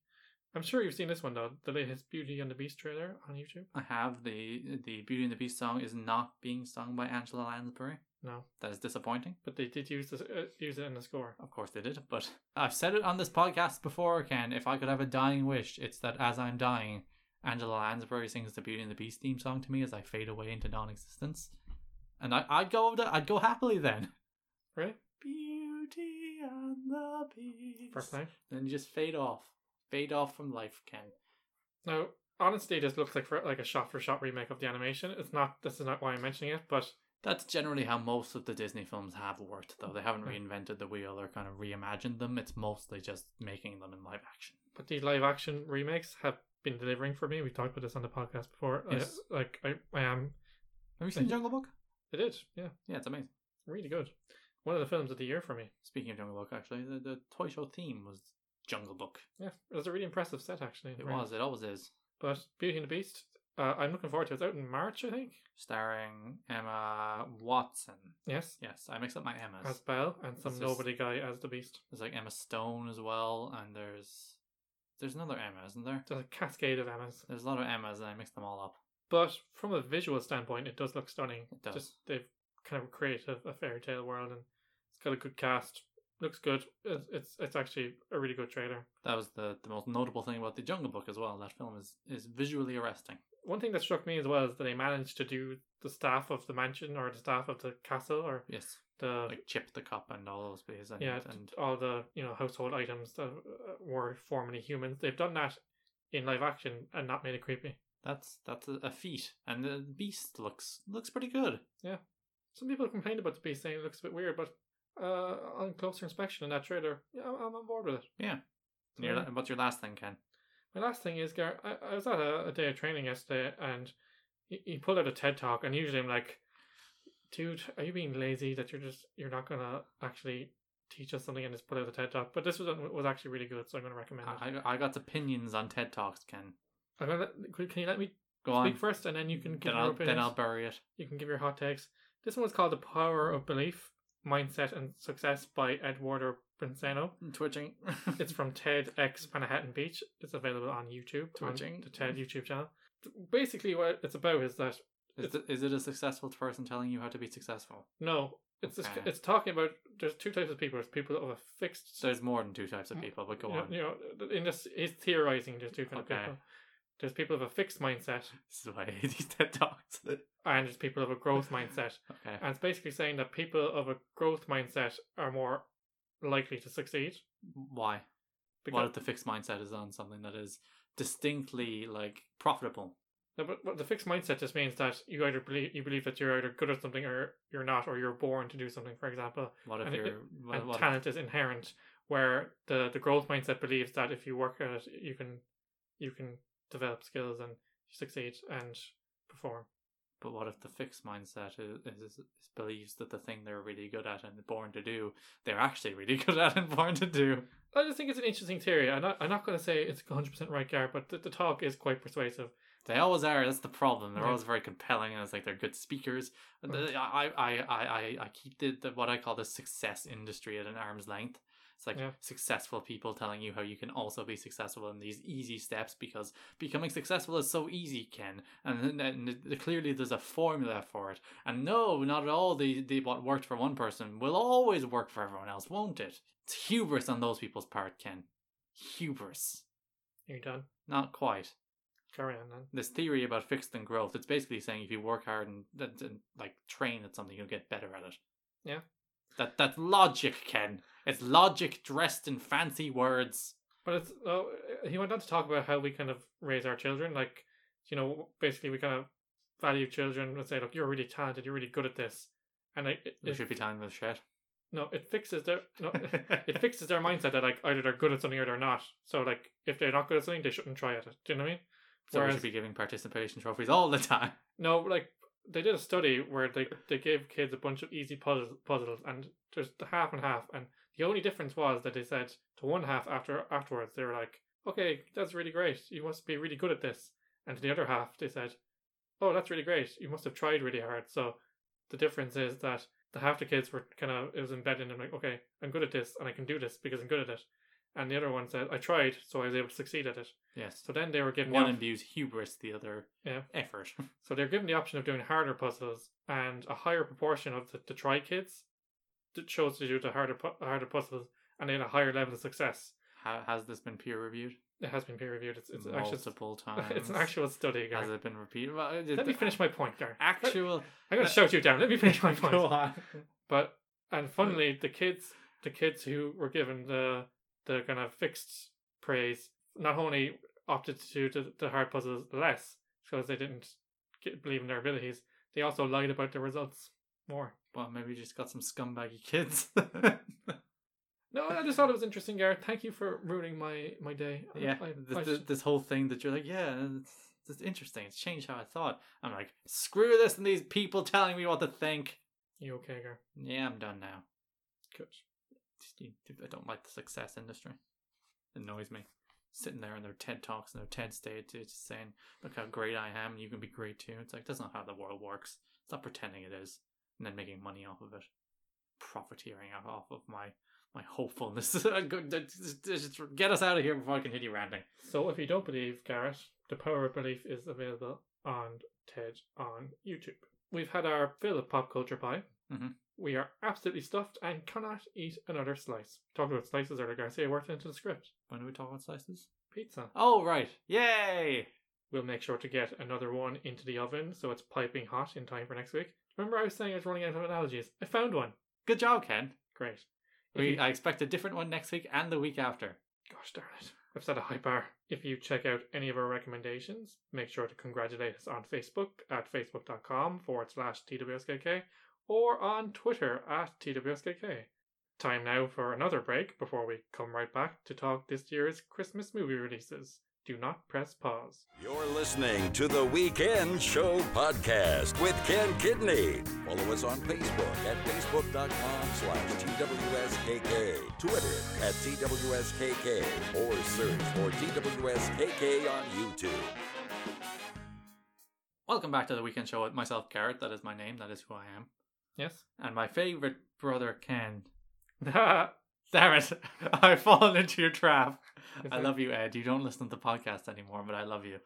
S1: I'm sure you've seen this one though, the latest Beauty and the Beast trailer on YouTube.
S2: I have the the Beauty and the Beast song is not being sung by Angela Lansbury.
S1: No,
S2: That is disappointing.
S1: but they did use this, uh, use it in the score.
S2: Of course they did, but I've said it on this podcast before, Ken. If I could have a dying wish, it's that as I'm dying, Angela Lansbury sings the Beauty and the Beast theme song to me as I fade away into non-existence, and I, I'd go over the, I'd go happily then.
S1: Right?
S2: Beauty and the Beast.
S1: First time.
S2: Then you just fade off, fade off from life, Ken.
S1: Now, honestly, this looks like for, like a shot for shot remake of the animation. It's not. This is not why I'm mentioning it, but
S2: That's generally how most of the Disney films have worked, though. They haven't
S1: Yeah.
S2: reinvented the wheel or kind of reimagined them. It's mostly just making them in live action.
S1: but these live action remakes have been delivering for me. We talked about this on the podcast before. I-
S2: Yes.
S1: like I, I am.
S2: Have you seen Jungle Book?
S1: It is. Yeah.
S2: Yeah, it's amazing.
S1: Really good. One of the films of the year for me.
S2: Speaking of Jungle Book, actually, the, the toy show theme was Jungle Book.
S1: Yeah, it was a really impressive set actually.
S2: It
S1: Right.
S2: was. It always is.
S1: But Beauty and the Beast, uh, I'm looking forward to it. It's out in March, I think.
S2: Starring Emma Watson.
S1: Yes.
S2: Yes, I mix up my Emmas.
S1: As Belle and some
S2: It's just-
S1: nobody guy as the Beast.
S2: There's like Emma Stone as well, and there's there's another Emma, isn't there?
S1: There's a cascade of Emmas.
S2: There's a lot of Emmas, and I mix them all up.
S1: But from a visual standpoint, it does look stunning.
S2: It does.
S1: Just they've kind of created a fairy tale world, and it's got a good cast. Looks good. It's it's, it's actually a really good trailer.
S2: That was the, the most notable thing about the Jungle Book as well. That film is, is visually arresting.
S1: One thing that struck me as well is that they managed to do the staff of the mansion or the staff of the castle or
S2: Yes,
S1: the
S2: like Chip the Cup and all those plays. And,
S1: yeah,
S2: and
S1: all the you know household items that uh, were formerly humans. They've done that in live action and not made it creepy.
S2: That's that's a, a feat, and the beast looks looks pretty good.
S1: Some people complained about the beast saying it looks a bit weird, but uh, on closer inspection in that trailer, yeah, I'm, I'm on board with it.
S2: And your
S1: Yeah.
S2: la- what's your last thing, Ken?
S1: My last thing is, Gar, I, I was at a, a day of training yesterday and he, he pulled out a TED talk, and usually I'm like, dude, are you being lazy that you're just, you're not going to actually teach us something and just put out a TED talk? But this was, was actually really good, so I'm going to recommend it.
S2: I, I I got opinions on TED talks, Ken.
S1: I'm gonna let, could- can you let me
S2: Go
S1: speak
S2: on.
S1: first and then you can give
S2: then
S1: your
S2: I'll
S1: opinions?
S2: then I'll bury it.
S1: You can give your hot takes. This one's called The Power of Belief, Mindset and Success by Eduardo Brinceno.
S2: [LAUGHS] Twitching.
S1: It's from TEDx Manhattan Beach. It's available on YouTube, on
S2: Twitching.
S1: the TED YouTube channel. Basically, what it's about is that
S2: is, it, is it a successful person telling you how to be successful?
S1: no, it's just,
S2: Okay.
S1: it's talking about there's two types of people. There's people of a fixed
S2: There's more than two
S1: Mm,
S2: types of people, but go
S1: you know,
S2: on.
S1: you know, in this he's theorizing. There's two kind
S2: Okay.
S1: of people. There's people of a fixed mindset,
S2: This is why I hate these TED
S1: [LAUGHS]
S2: talks. okay.
S1: and there's people of a
S2: [LAUGHS]
S1: growth mindset. And it's basically saying that people of a growth mindset are more likely to succeed.
S2: Why? What
S1: Because
S2: if the fixed mindset is on something that is distinctly like profitable?
S1: no, but what the fixed mindset just means that you either believe you believe that you're either good at something or you're not, or you're born to do something. For example,
S2: What if
S1: And it-
S2: you're what,
S1: and
S2: what if-
S1: talent is inherent, where the the growth mindset believes that if you work at it, you can you can develop skills and succeed and perform.
S2: But what if the fixed mindset is, is, is believes that the thing they're really good at and born to do, they're actually really [LAUGHS] good at and born to do?
S1: I just think it's an interesting theory. I'm not I'm not going to say it's 100 percent right, Gar, but the, the talk is quite persuasive.
S2: They always are. That's the problem. They're
S1: Yeah.
S2: always very compelling, and it's like they're good speakers. And
S1: Mm.
S2: they- I, I, I, I, I keep the, the what I call the success industry at an arm's length. It's like
S1: Yeah.
S2: successful people telling you how you can also be successful in these easy steps because becoming successful is so easy, Ken. And, then- and, th- clearly there's a formula for it. And no, not at all. The, the what worked for one person will always work for everyone else, won't it? It's hubris on those people's part, Ken. Hubris.
S1: You're done.
S2: Not quite
S1: Carry on then.
S2: this theory about fixed and growth it's basically saying if you work hard and, and, and like train at something you'll get better at it
S1: Yeah.
S2: that that's logic ken it's logic dressed in fancy words
S1: But it's uh, he went on to talk about how we kind of raise our children. Like, you know, basically we kind of value children and say, look, you're really talented, you're really good at this, and like, it,
S2: you
S1: it,
S2: should be telling them shit
S1: no, it fixes their [LAUGHS] no, it fixes their mindset that like either they're good at something or they're not. So like, if they're not good at something, they shouldn't try at it. Do you know what I mean?
S2: so we
S1: Whereas-
S2: should be giving participation trophies all the
S1: [LAUGHS]
S2: time
S1: No, like they did a study where they they gave kids a bunch of easy puzzles, puzzles and there's the half and half, and the only difference was that they said to one half after afterwards they were like, "Okay, that's really great. You must be really good at this," and to the other half they said, "Oh, that's really great. You must have tried really hard." So the difference is that the half the kids were kind of it was embedded in them like, "Okay, I'm good at this, and I can do this because I'm good at it," and the other one said, "I tried, so I was able to succeed at it."
S2: yes
S1: So then they were given the
S2: one
S1: op-
S2: imbues hubris the other
S1: Yeah.
S2: effort [LAUGHS]
S1: so they're given the option of doing harder puzzles, and a higher proportion of the, the try kids that chose to do the harder pu- harder puzzles, and they had a higher level of success.
S2: How, has this been peer reviewed
S1: It has been peer reviewed. It's it's actually
S2: multiple times
S1: [LAUGHS] it's an actual study,
S2: has
S1: Gar.
S2: it been repeated well,
S1: Let me finish my point, Gar.
S2: actual
S1: I'm gonna shout you down. Let me [LAUGHS]
S2: [LAUGHS]
S1: finish my point.
S2: Go on.
S1: But and funnily, the kids, the kids who were given the the kind of fixed praise, not only opted to do the, the hard puzzles less because they didn't get, believe in their abilities, they also lied about their results more.
S2: well maybe you just got some scumbaggy kids [LAUGHS]
S1: No, I just thought it was interesting, Garrett. Thank you for ruining my my day. I-
S2: Yeah,
S1: I-
S2: th-
S1: I
S2: th-
S1: sh-
S2: this whole thing that you're like, yeah, it's, it's interesting. It's changed how I thought. I'm like, screw this and these people telling me what to think.
S1: you okay, Garrett?
S2: Yeah, I'm done now.
S1: Good.
S2: I don't like the success industry. It annoys me. Sitting there in their TED talks and their TED stage, it's just saying, "Look how great I am. You can be great too." It's like that's not how the world works. It's not pretending it is, and then making money off of it, profiteering off of my my hopefulness. [LAUGHS] Just- just Get us out of here before I can hit you ranting.
S1: So, if you don't believe Garrett, the power of belief is available on TED on YouTube. We've had our fill of pop culture pie.
S2: Mhm.
S1: We are absolutely stuffed and cannot eat another slice. Talked about slices earlier, Garrett. Say worked into the script.
S2: When do we talk about slices?
S1: Pizza.
S2: Oh right, yay!
S1: We'll make sure to get another one into the oven so it's piping hot in time for next week. Remember, I was saying I was running out of analogies. I found one.
S2: Good job, Ken.
S1: Great. If
S2: We
S1: you-
S2: I expect a different one next week and the week after.
S1: Gosh darn it. I've set a high bar. If you check out any of our recommendations, make sure to congratulate us on Facebook at facebook.com forward slash TWSKK or on Twitter at TWSKK. Time now for another break before we come right back to talk this year's Christmas movie releases. Do not press pause.
S3: You're listening to the Weekend Show podcast with Ken Kidney. Follow us on Facebook at facebook.com slash TWSKK, Twitter at TWSKK, or search for TWSKK on YouTube.
S2: Welcome back to the weekend show with myself, Garrett. That is my name. That is who I am.
S1: Yes? [LAUGHS]
S2: And my favorite brother, Ken. Damn it! [LAUGHS] I've fallen into your trap. I love you, Ed. You don't listen to the podcast anymore, but I love you.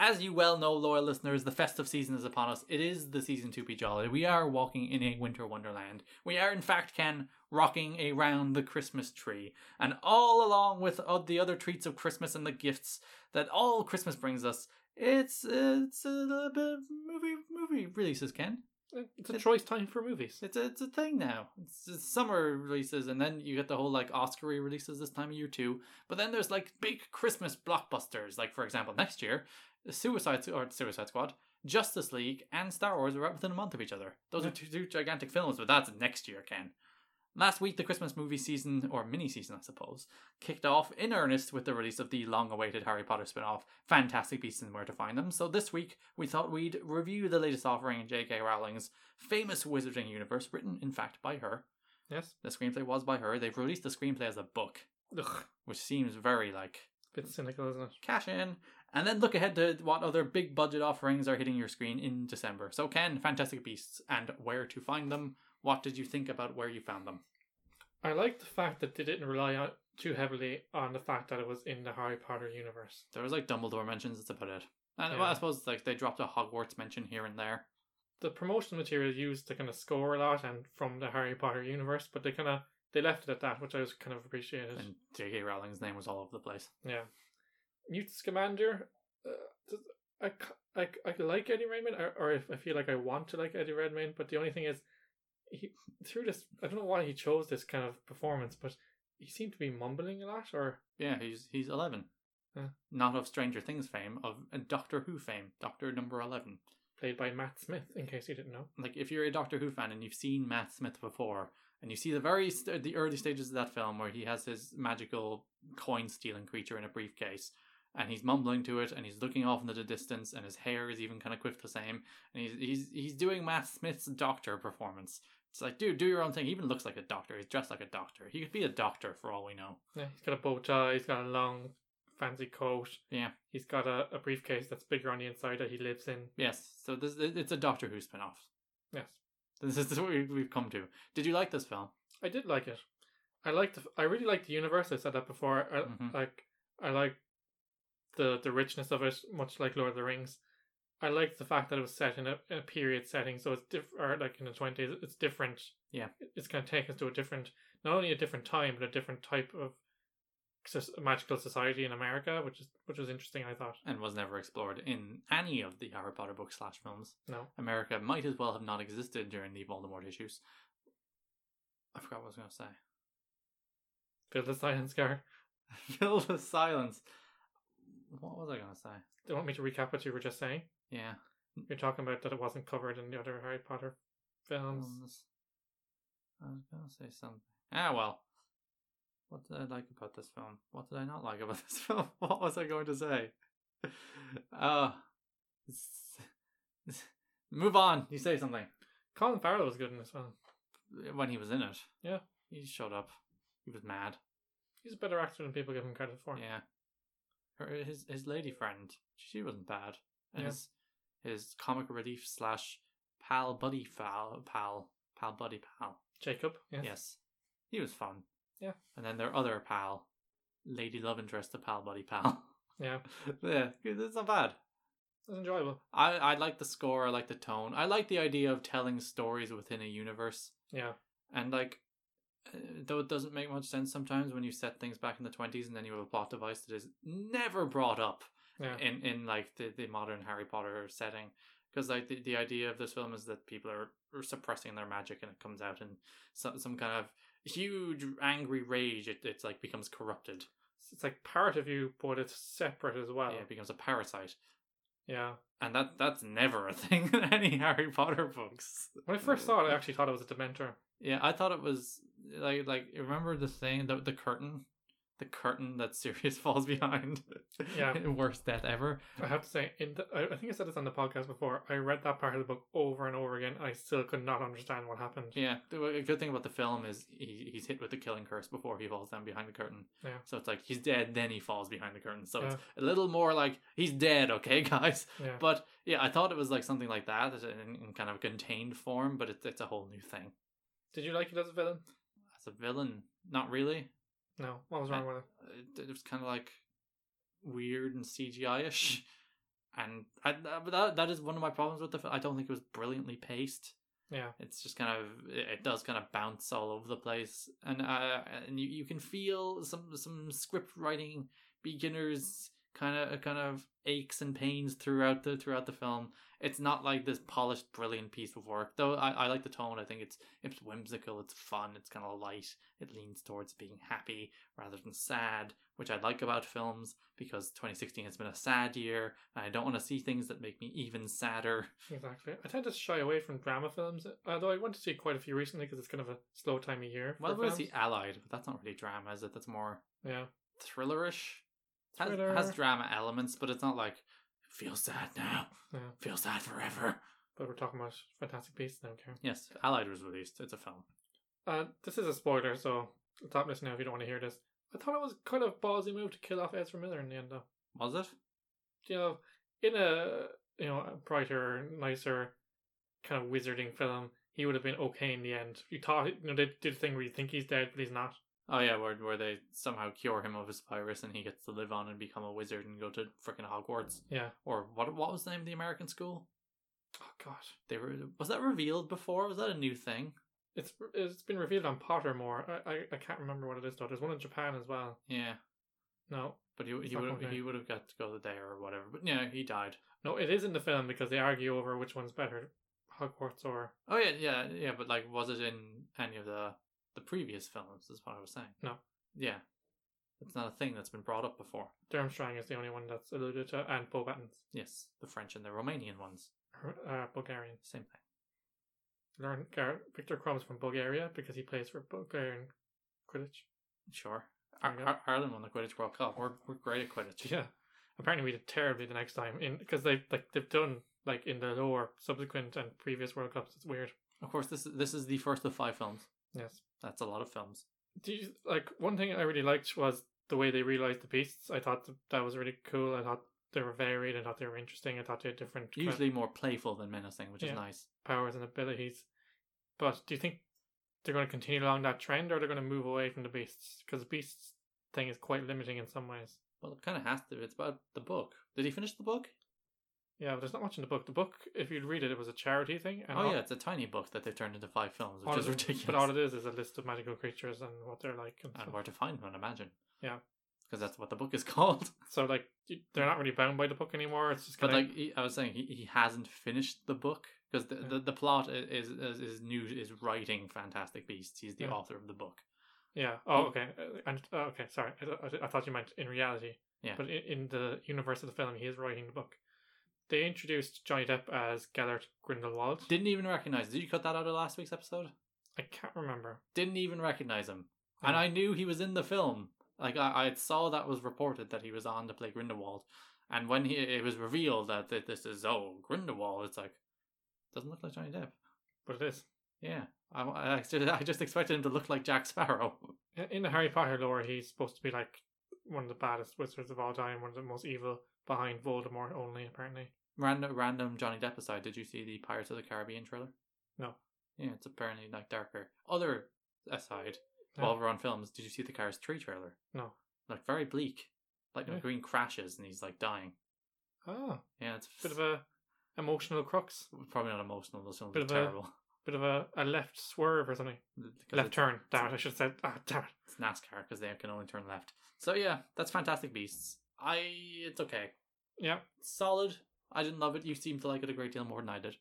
S2: As you well know, loyal listeners, the festive season is upon us. It is the season to be jolly. We are walking in a winter wonderland. We are, in fact, Ken, rocking around the Christmas tree. And all along with uh, the other treats of Christmas and the gifts that all Christmas brings us, it's it's a little bit of movie movie releases, Ken.
S1: It's a choice time for movies.
S2: It's a, it's a thing now. It's, it's summer releases, and then you get the whole like Oscar releases this time of year too. But then there's like big Christmas blockbusters, like for example next year, Suicide Su- or Suicide Squad, Justice League, and Star Wars are out within a month of each other. Those are two, two gigantic films, but that's next year, Ken. Last week, the Christmas movie season, or mini season, I suppose, kicked off in earnest with the release of the long awaited Harry Potter spin off, Fantastic Beasts and Where to Find Them. So, this week, we thought we'd review the latest offering in J.K. Rowling's famous Wizarding universe, written, in fact, by her.
S1: Yes?
S2: The screenplay was by her. They've released the screenplay as a book,
S1: Ugh,
S2: which seems very like
S1: bit cynical, isn't it?
S2: cash in. And then look ahead to what other big budget offerings are hitting your screen in December. So, Ken, Fantastic Beasts and Where to Find Them. What did you think about where you found them?
S1: I like the fact that they didn't rely on, too heavily on the fact that it was in the Harry Potter universe.
S2: There was like Dumbledore mentions. That's about it. And
S1: Yeah.
S2: well, I suppose like they dropped a Hogwarts mention here and there.
S1: The promotional material used to kind of score a lot and from the Harry Potter universe, but they kind of they left it at that, which I was kind of appreciated.
S2: And J.K. Rowling's name was all over the place.
S1: Yeah. Newt Scamander, uh, does- I, c- I, c- I like Eddie Redmayne, or, or if I feel like I want to like Eddie Redmayne, but the only thing is, he through this, I don't know why he chose this kind of performance, but he seemed to be mumbling a lot, or
S2: Yeah, he's he's eleven.
S1: Yeah.
S2: Not of Stranger Things fame, of uh, Doctor Who fame. Doctor number eleven.
S1: played by Matt Smith, in case you didn't know.
S2: Like if you're a Doctor Who fan and you've seen Matt Smith before, and you see the very st- the early stages of that film where he has his magical coin stealing creature in a briefcase. And he's mumbling to it, and he's looking off into the distance, and his hair is even kind of quiffed the same. and he's he's he's doing Matt Smith's doctor performance. It's like, dude, do your own thing. He even looks like a doctor. He's dressed like a doctor. He could be a doctor for all we know.
S1: Yeah, he's got a bow tie, he's got a long, fancy coat.
S2: Yeah.
S1: He's got a, a briefcase that's bigger on the inside that he lives in.
S2: Yes. So this it's a Doctor Who spinoff.
S1: Yes.
S2: This is [LAUGHS] what we- we've come to. Did you like this film?
S1: I did like it. I liked. The, I really liked the universe. I said that before. I,
S2: Mhm.
S1: Like I like the the richness of it, much like Lord of the Rings. I liked the fact that it was set in a, a period setting, so it's diff or like in the twenties. It's different.
S2: Yeah.
S1: It- it's going to take us to a different, not only a different time, but a different type of soc- magical society in America, which is which was interesting. I thought.
S2: And was never explored in any of the Harry Potter books slash films.
S1: No.
S2: America might as well have not existed during the Voldemort issues. I forgot what I was going to say. [LAUGHS]
S1: Feel the silence, Gar.
S2: Fill the silence. What was I going to say?
S1: Do you want me to recap what you were just saying?
S2: Yeah.
S1: You're talking about that it wasn't covered in the other Harry Potter films.
S2: films. I was gonna say something. Ah well. What did I like about this film? What did I not like about [LAUGHS] this film? What was I going to say? [LAUGHS] Uh s- [LAUGHS] move on. You say something.
S1: Colin Farrell was good in this film.
S2: When he was in it.
S1: Yeah.
S2: He showed up. He was mad.
S1: He's a better actor than people give him credit for.
S2: Yeah. Her his his lady friend, she wasn't bad. And
S1: Yeah.
S2: his his comic relief slash pal buddy pal pal pal buddy pal.
S1: Jacob. Yes.
S2: Yes. He was fun.
S1: Yeah.
S2: And then their other pal, Lady Love Interest, the pal buddy pal. [LAUGHS]
S1: Yeah.
S2: yeah, it's not bad.
S1: It was enjoyable.
S2: I, I like the score, I like the tone. I like the idea of telling stories within a universe.
S1: Yeah.
S2: And like, uh, though it doesn't make much sense sometimes when you set things back in the 20s and then you have a plot device that is never brought up
S1: Yeah.
S2: in in like the, the modern Harry Potter setting because like the, the idea of this film is that people are, are suppressing their magic and it comes out in some some kind of huge angry rage it it's like becomes corrupted
S1: it's like part of you, but it's separate as well.
S2: Yeah, it becomes a parasite.
S1: yeah.
S2: And that that's never a thing [LAUGHS] in any Harry Potter books.
S1: When I first saw it, I actually thought it was a Dementor.
S2: Yeah, I thought it was like like you remember the thing the the curtain, the curtain that [LAUGHS] Sirius falls behind.
S1: Yeah.
S2: [LAUGHS] worst death ever.
S1: I have to say, in the, I I think I said this on the podcast before. I read that part of the book over and over again, and I still could not understand what happened.
S2: Yeah, the a good thing about the film is he, he's hit with the killing curse before he falls down behind the curtain.
S1: Yeah.
S2: So it's like he's dead, then he falls behind the curtain. So it's a little more like he's dead, okay, [LAUGHS] guys.
S1: Yeah.
S2: But yeah, I thought it was like something like that it's in, in kind of a contained form, but it's it's a whole new thing.
S1: Did you like it as a villain?
S2: As a villain, not really.
S1: No. What was wrong with it?
S2: It, it was kind of like weird and CGI ish, [LAUGHS] and I, that- but that that is one of my problems with the. fi- I don't think it was brilliantly paced.
S1: Yeah.
S2: it's just kind of it it does kind of bounce all over the place and uh and you, you can feel some some script writing beginners kind of kind of aches and pains throughout the throughout the film it's not like this polished brilliant piece of work though i, I like the tone i think it's it's whimsical it's fun it's kind of light it leans towards being happy rather than sad which i like about films because 2016 has been a sad year and i don't want to see things that make me even
S1: [LAUGHS]
S2: sadder
S1: Exactly. I tend to shy away from drama films, although I went to see quite a few recently because it's kind of a slow time of year. for
S2: Well, was the
S1: films.
S2: Allied? But that's not really drama, is it? That's more
S1: Yeah.
S2: thrillerish. Has,
S1: Thriller.
S2: has drama elements, but it's not like feel sad now,
S1: Yeah.
S2: feel sad forever.
S1: But we're talking about fantastic beasts. I don't care.
S2: Yes, Allied was released. It's a film.
S1: Uh, this is a spoiler, so stop listening now if you don't want to hear this. I thought it was kind of ballsy move to kill off Ezra Miller in the end, though.
S2: Was it?
S1: you know, in a you know a brighter, nicer kind of wizarding film, he would have been okay in the end. You thought you know they did a thing where you think he's dead, but he's not.
S2: Oh yeah, where where they somehow cure him of his virus and he gets to live on and become a wizard and go to frickin' Hogwarts
S1: Yeah.
S2: or what? What was the name of the American school?
S1: Oh God,
S2: They were was that revealed before? Was that a new thing?
S1: it's it's been revealed on Pottermore. I I, I can't remember what it is though. There's one in Japan as well.
S2: Yeah,
S1: No,
S2: but he
S1: It's
S2: he
S1: not
S2: would
S1: called
S2: he would have got to go there or whatever. But yeah, he died.
S1: no, it is in the film because they argue over which one's better, Hogwarts or
S2: Oh yeah, yeah, yeah. But like, was it in any of the the previous films? Is what I was saying.
S1: No.
S2: Yeah, it's not a thing that's been brought up before.
S1: Durmstrang is the only one that's alluded to, and Bobatins,
S2: Yes, the French and the Romanian ones,
S1: uh, Bulgarian.
S2: same thing.
S1: Learn Gar- Victor Crumb's from Bulgaria because he plays for Bulgarian Quidditch.
S2: Sure.
S1: There
S2: Ar-
S1: you go.
S2: Ar- Ireland won the Quidditch World Cup. We're we're great at Quidditch.
S1: Yeah, apparently we did terribly the next time in because they like they've done like in the lower subsequent and previous World Cups. It's weird.
S2: Of course, this is this is the first of five films.
S1: Yes.
S2: That's a lot of films.
S1: Do you, like one thing I really liked was the way they realized the beasts. I thought th- that was really cool. I thought they were varied. I thought they were interesting. I thought they had different kind of
S2: Usually more playful than menacing, which
S1: Yeah.
S2: is nice.
S1: powers and abilities. But do you think they're going to continue along that trend, or they're going to move away from the beasts? Because the beasts thing is quite limiting in some ways.
S2: Well, it kind of has to. It's about the book. Did he finish the book?
S1: Yeah, but there's not much in the book. The book, if you'd read it, it was a charity thing. And
S2: Oh
S1: all-
S2: yeah, it's a tiny book that they've turned into five films,
S1: All
S2: which is
S1: it-
S2: ridiculous.
S1: But all it is is a list of magical creatures and what they're like. And
S2: and
S1: stuff.
S2: where to find them, I'd imagine.
S1: Yeah.
S2: Because that's what the book is [LAUGHS] called.
S1: so like you- they're not really bound by the book anymore. It's just
S2: But
S1: kind
S2: like he, I was saying, he, he hasn't finished the book because the,
S1: Yeah.
S2: the the plot i- is is, is new is writing Fantastic Beasts. He's the
S1: Yeah.
S2: author of the book.
S1: yeah. Oh okay. Uh, And oh, okay, sorry. I, th- I th- I thought you meant in reality.
S2: Yeah.
S1: But in, in the universe of the film, he is writing the book. They introduced Johnny Depp as Gellert Grindelwald.
S2: Didn't even recognize. Did you cut that out of last week's episode?
S1: I can't remember.
S2: Didn't even recognize him,
S1: Yeah.
S2: and I knew he was in the film. Like I, I saw that was reported that he was on to play Grindelwald, and when he it was revealed that th- this is oh Grindelwald, it's like doesn't look like Johnny Depp.
S1: But it is
S2: Yeah, I, I just I just expected him to look like Jack Sparrow.
S1: In- in the Harry Potter lore. He's supposed to be like one of the baddest wizards of all time, one of the most evil, behind Voldemort only. Apparently,
S2: Random, random Johnny Depp aside, did you see the Pirates of the Caribbean trailer?
S1: No.
S2: Yeah, it's apparently like darker. Other aside,
S1: No.
S2: while we're on films, did you see the Cars Tree trailer?
S1: No.
S2: Like very bleak. Like
S1: Yeah.
S2: McGreen crashes and he's like dying.
S1: oh,
S2: Yeah, it's
S1: bit of a emotional crux,
S2: probably not emotional. Those films
S1: Bit
S2: are
S1: of a-
S2: terrible. [LAUGHS]
S1: bit of a, a left swerve or something.
S2: 'Cause
S1: Left
S2: it's-
S1: turn. Damn it! I should have said. Ah, damn it.
S2: It's NASCAR because they can only turn left. So yeah, that's Fantastic Beasts. I it's okay,
S1: Yeah,
S2: solid. I didn't love it. You seem to like it a great deal more than I did.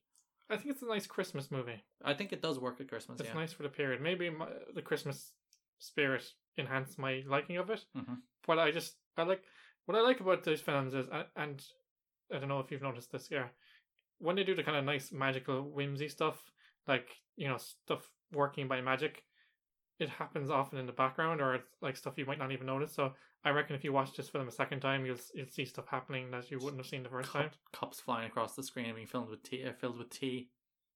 S1: I think it's a nice Christmas movie.
S2: I think it does work at Christmas.
S1: It's
S2: yeah.
S1: nice for the period. Maybe my, the Christmas spirit enhance my liking of it.
S2: Mhm.
S1: What I just I like what I like about these films is and, and I don't know if you've noticed this here. When they do the kind of nice magical whimsy stuff, like you know stuff working by magic, it happens often in the background or it's like stuff you might not even notice. So I reckon if you watch this film a second time, you'll s- you'll see stuff happening that you wouldn't have seen the first time.
S2: Cup, cups flying across the screen being filled with tea, uh, filled with tea.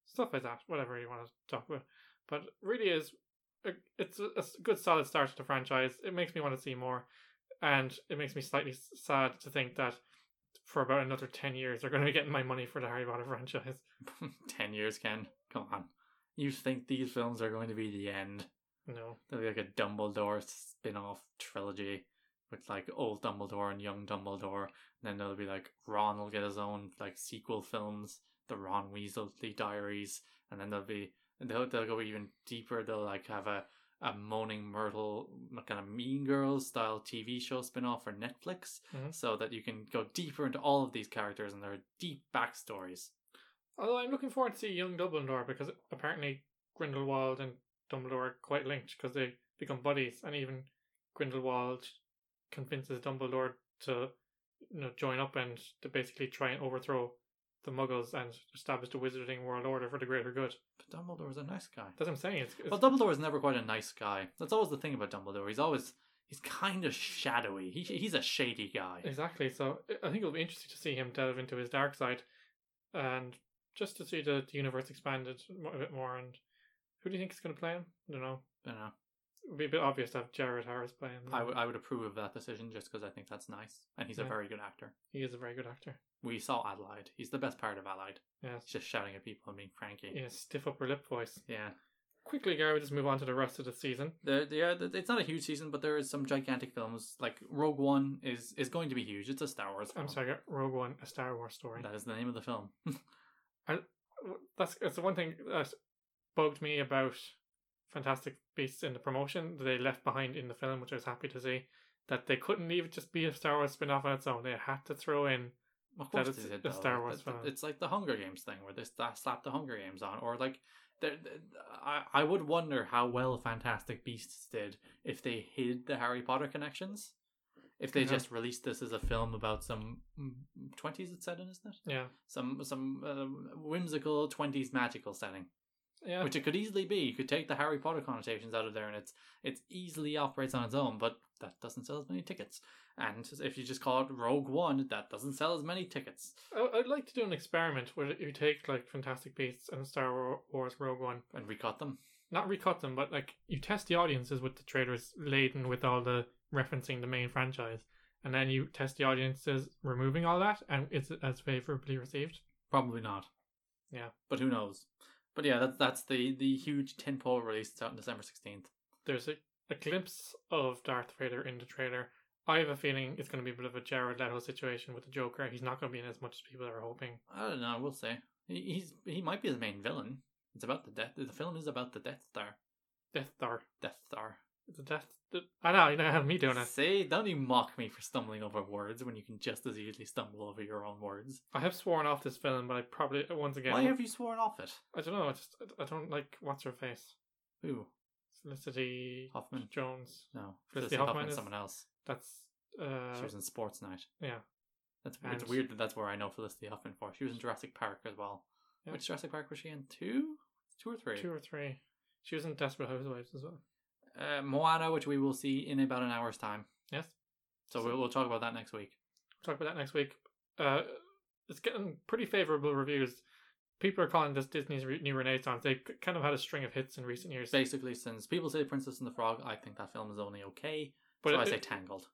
S1: stuff like that, whatever you want to talk about. But really is, a- it's a, a s- good solid start to the franchise. It makes me want to see more, and it makes me slightly s- sad to think that for about another ten years they're going to be getting my money for the Harry Potter franchise. [LAUGHS]
S2: [LAUGHS] Ten years, Ken. Come on. You think these films are going to be the end?
S1: No,
S2: There'll be like a Dumbledore spin-off trilogy with like old Dumbledore and young Dumbledore. And then there'll be like Ron will get his own like sequel films, the Ron Weasley Diaries, and then there'll be and they'll they'll go even deeper. They'll like have a a moaning Myrtle kind of Mean Girls style TV show spin-off for Netflix,
S1: Mhm.
S2: so that you can go deeper into all of these characters and their deep backstories.
S1: although I'm looking forward to see young Dumbledore because apparently Grindelwald and Dumbledore are quite linked because they become buddies, and even Grindelwald convinces Dumbledore to you know join up and to basically try and overthrow the Muggles and establish the Wizarding world order for the greater good.
S2: But Dumbledore's a nice guy.
S1: That's what I'm saying. It's, it's
S2: Well, Dumbledore is never quite a nice guy. That's always the thing about Dumbledore. He's always he's kind of shadowy. He, he's a shady guy.
S1: exactly. So I- I think it'll be interesting to see him delve into his dark side, and just to see the, the universe expanded mo- a bit more. And who do you think is going to play him? I don't know.
S2: You know,
S1: It'd be a bit obvious to have Jared Harris playing. him.
S2: I, w- I would approve of that decision just because I think that's nice, and he's a
S1: Yeah.
S2: very good actor.
S1: he is a very good actor.
S2: We saw Adelaide. He's the best part of Adelaide.
S1: Yes.
S2: He's just shouting at people and being cranky.
S1: Yeah, stiff upper lip voice.
S2: Yeah.
S1: Quickly, Gary, we just move on to the rest of the season.
S2: There, there, are- it's not a huge season, but there is some gigantic films. Like Rogue One is is going to be huge. It's a Star Wars.
S1: I'm
S2: film.
S1: sorry, Rogue One, a Star Wars story.
S2: Oh. That is the name of the film.
S1: that's that's the one thing that bugged me about Fantastic Beasts in the promotion that they left behind in the film, which I was happy to see. That they couldn't leave it just be a Star Wars spin off on its own. They had to throw in
S2: Of course
S1: it's
S2: they did,
S1: a
S2: though.
S1: Star
S2: Like,
S1: Wars
S2: that- that-
S1: film.
S2: It's like the Hunger Games thing where they sta- slap the Hunger Games on, or like, there- there- I I would wonder how well Fantastic Beasts did if they hid the Harry Potter connections. If they
S1: Yeah.
S2: just released this as a film about some mm, twenties, it's set in, isn't it?
S1: yeah
S2: Some some uh, whimsical twenties magical setting,
S1: yeah
S2: which it could easily be. You could take the Harry Potter connotations out of there, and it's it's easily operates on its own. But that doesn't sell as many tickets. And if you just call it Rogue One, that doesn't sell as many tickets.
S1: I, I'd like to do an experiment where you take like Fantastic Beasts and Star Wa- Wars Rogue One,
S2: and we caught them.
S1: not recut them, but like you test the audiences with the trailers laden with all the referencing the main franchise, and then you test the audiences removing all that, and it's as favorably received.
S2: Probably not.
S1: Yeah.
S2: but who knows? But yeah, that's that's the the huge tentpole release that's out on December sixteenth.
S1: there's a, a glimpse of Darth Vader in the trailer. I have a feeling it's going to be a bit of a Jared Leto situation with the Joker. He's not going to be in as much as people are hoping.
S2: I don't know. We'll see. He, he's he might be the main villain. It's about the death. The film is about the Death Star.
S1: Death Star.
S2: Death Star.
S1: The Death. The, I know, you know how me doing it.
S2: Say, don't you mock me for stumbling over words when you can just as easily stumble over your own words.
S1: I have sworn off this film, but I probably, once again,
S2: Why have you sworn off it?
S1: I don't know. I just, I don't like what's her face.
S2: Who?
S1: Felicity
S2: Hoffman.
S1: Jones.
S2: No,
S1: Felicity
S2: Felicity
S1: Hoffman
S2: Hoffman's
S1: is-
S2: someone else.
S1: That's,
S2: she
S1: uh,
S2: was in Sports Night.
S1: yeah.
S2: That's
S1: And-
S2: it's weird that that's where I know Felicity Huffman for. She was in Jurassic Park as well.
S1: Yeah.
S2: Which Jurassic Park was she in? Two, two or three?
S1: two or three. She was in Desperate Housewives as well.
S2: Uh, Moana, which we will see in about an hour's time.
S1: Yes.
S2: So we'll, we'll talk about that next week.
S1: talk about that next week. Uh, it's getting pretty favorable reviews. People are calling this Disney's re- new renaissance. They've k- kind of had a string of hits in recent years.
S2: Basically, since people say Princess and the Frog, I think that film is only okay.
S1: but
S2: so I
S1: it-
S2: say Tangled.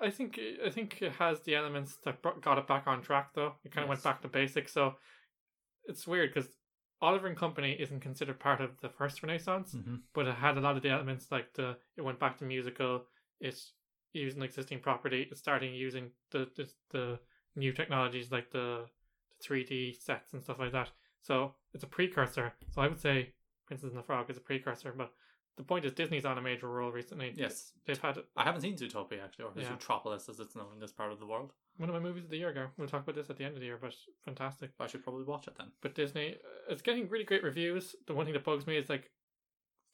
S1: I think I think it has the elements that bro- got it back on track. Though it kind of went
S2: Yes.
S1: back to basics. So it's weird because Oliver and Company isn't considered part of the first renaissance,
S2: Mm-hmm.
S1: but it had a lot of the elements like the it went back to musical. It's using existing property. It's starting using the the, the new technologies like the three D sets and stuff like that. So it's a precursor. So I would say Princess and the Frog is a precursor. But the point is Disney's on a major roll recently.
S2: Yes.
S1: they've had
S2: I haven't seen Zootopia, actually, or
S1: Yeah.
S2: Zootropolis, as it's known in this part of the world.
S1: one of my movies of the year. Gar. We'll talk about this at the end of the year, but fantastic.
S2: I should probably watch it then.
S1: But Disney, uh, it's getting really great reviews. The one thing that bugs me is like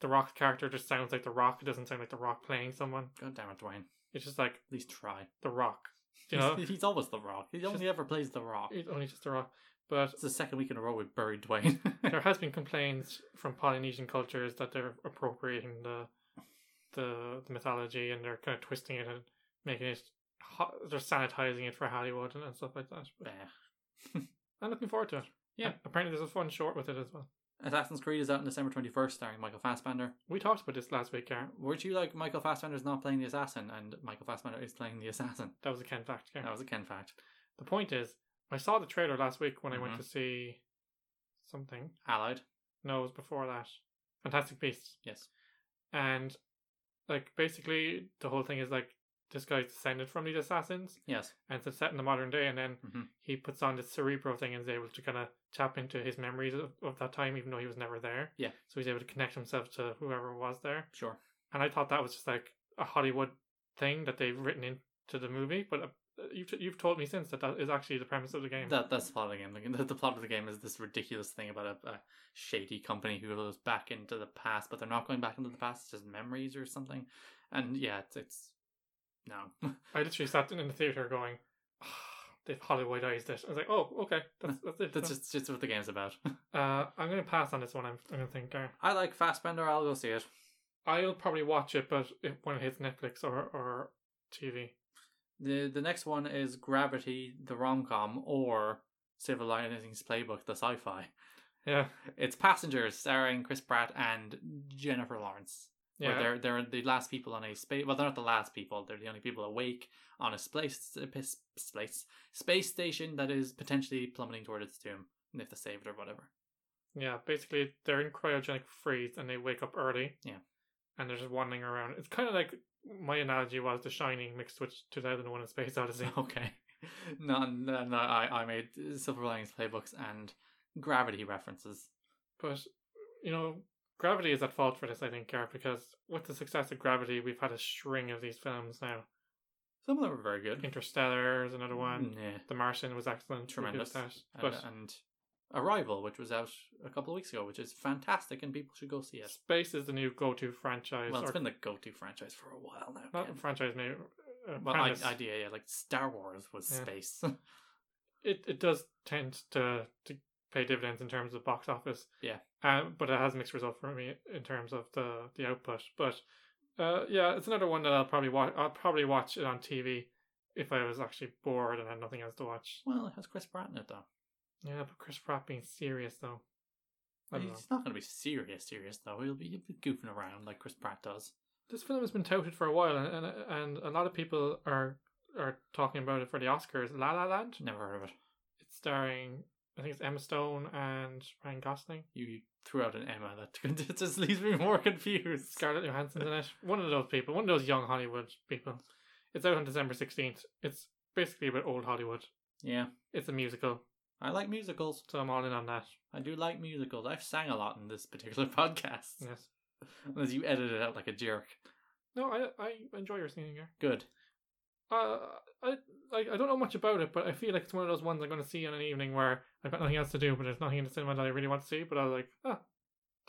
S1: The Rock character just sounds like The Rock. It doesn't sound like The Rock playing someone.
S2: God damn it, Dwayne. At
S1: It's just like
S2: least try.
S1: The Rock. [LAUGHS] You know,
S2: [LAUGHS] he's, he's always the Rock. He only ever plays the Rock.
S1: it's only just The Rock. But
S2: It's the second week in a row we've buried Dwayne. [LAUGHS]
S1: there has been complaints from Polynesian cultures that they're appropriating the the, the mythology and they're kind of twisting it and making it. ho- They're sanitizing it for Hollywood and, and stuff like that. But
S2: Eh.
S1: I'm looking forward to it.
S2: Yeah.
S1: And apparently there's a fun short with it as well.
S2: Assassin's Creed is out on December 21st, starring Michael Fassbender.
S1: We talked about this last week, Karen.
S2: Weren't you like Michael Fassbender's not playing the assassin and Michael Fassbender is playing the assassin?
S1: That was a Ken fact, Karen.
S2: That was a Ken fact.
S1: The point is, I saw the trailer last week when I went
S2: Mhm.
S1: to see something.
S2: Allied,
S1: No, it was before that. Fantastic Beasts.
S2: yes.
S1: And, like, basically, the whole thing is like this guy's descended from these assassins
S2: Yes.
S1: and it's set in the modern day. And then
S2: Mhm.
S1: he puts on this cerebro thing and is able to kind of tap into his memories of, of that time, even though he was never there.
S2: Yeah.
S1: So he's able to connect himself to whoever was there.
S2: Sure.
S1: And I thought that was just like a Hollywood thing that they've written into the movie. But uh, you've, you've told me since that that is actually the premise of the game.
S2: That that's the plot of the game. The- The, the plot of the game is this ridiculous thing about a, a shady company who goes back into the past, but they're not going back into the past. It's just memories or something. And yeah, it's, it's no. [LAUGHS]
S1: I literally sat in the theater going, "Ah, they've Hollywoodized it. I was like, oh, okay, that's that's it.
S2: that's just, just what the game's about.
S1: Uh, I'm gonna pass on this one. I'm, I'm gonna think. uh, There.
S2: I like Fassbender. I'll go see it.
S1: I'll probably watch it, but it, when it hits Netflix or or TV,
S2: the The next one is Gravity, the rom com, or Silver Linings Playbook, the sci fi.
S1: yeah,
S2: It's Passengers, starring Chris Pratt and Jennifer Lawrence.
S1: yeah.
S2: Where they're they're the last people on a space. Well, they're not the last people. They're the only people awake on a space space space, space station that is potentially plummeting toward its doom. And they have to save it or whatever. [LAUGHS]
S1: Yeah, basically they're in cryogenic freeze and they wake up early.
S2: Yeah.
S1: And they're just wandering around. It's kind of like my analogy was The Shining mixed with 2001: A Space
S2: [LAUGHS]
S1: Odyssey.
S2: Okay. No, no, no. I I made Silver Linings Playbooks and Gravity references.
S1: But you know, Gravity is at fault for this, I think, Gareth, because with the success of Gravity, we've had a string of these films now.
S2: Some of them were very good.
S1: Interstellar is another one.
S2: Yeah.
S1: The Martian was excellent. we did
S2: Mm. Tremendous.
S1: that.
S2: And,
S1: But
S2: and Arrival, which was out a couple of weeks ago, which is fantastic, and people should go see it.
S1: Space is the new go-to franchise.
S2: Well, it's
S1: or-
S2: been the go-to franchise for a while now.
S1: not
S2: Ken.
S1: franchise maybe. Uh,
S2: well, I,
S1: premise.
S2: idea, yeah, like Star Wars was
S1: Yeah.
S2: space. [LAUGHS]
S1: it it does tend to to pay dividends in terms of box office.
S2: Yeah.
S1: Uh, but it has mixed results for me in terms of the the output. But uh, yeah, it's another one that I'll probably watch. I'll probably watch it on TV if I was actually bored and had nothing else to watch.
S2: well, it has Chris Pratt in it though.
S1: Yeah, but Chris Pratt being serious though. I don't know.
S2: He's not going to be serious, serious though. He'll be, he'll be goofing around like Chris Pratt does.
S1: This film has been touted for a while, and and, and a lot of people are are talking about it for the Oscars. La La Land.
S2: Never heard of it.
S1: It's starring, I think it's Emma Stone and Ryan Gosling.
S2: You you threw out an Emma that [LAUGHS] just leaves me more confused.
S1: Scarlett Johansson's in it. One of those people. One of those young Hollywood people. It's out on December 16th. It's basically about old Hollywood.
S2: Yeah,
S1: It's a musical,
S2: I like musicals.
S1: so I'm all in on that.
S2: I do like musicals. I've sang a lot in this particular [LAUGHS] podcast.
S1: Yes.
S2: Unless you edit it out like a jerk.
S1: No, I I enjoy your singing here.
S2: Good.
S1: Uh, I, I I don't know much about it, but I feel like it's one of those ones I'm going to see on an evening where I've got nothing else to do, but there's nothing in the cinema that I really want to see. But I was like, ah,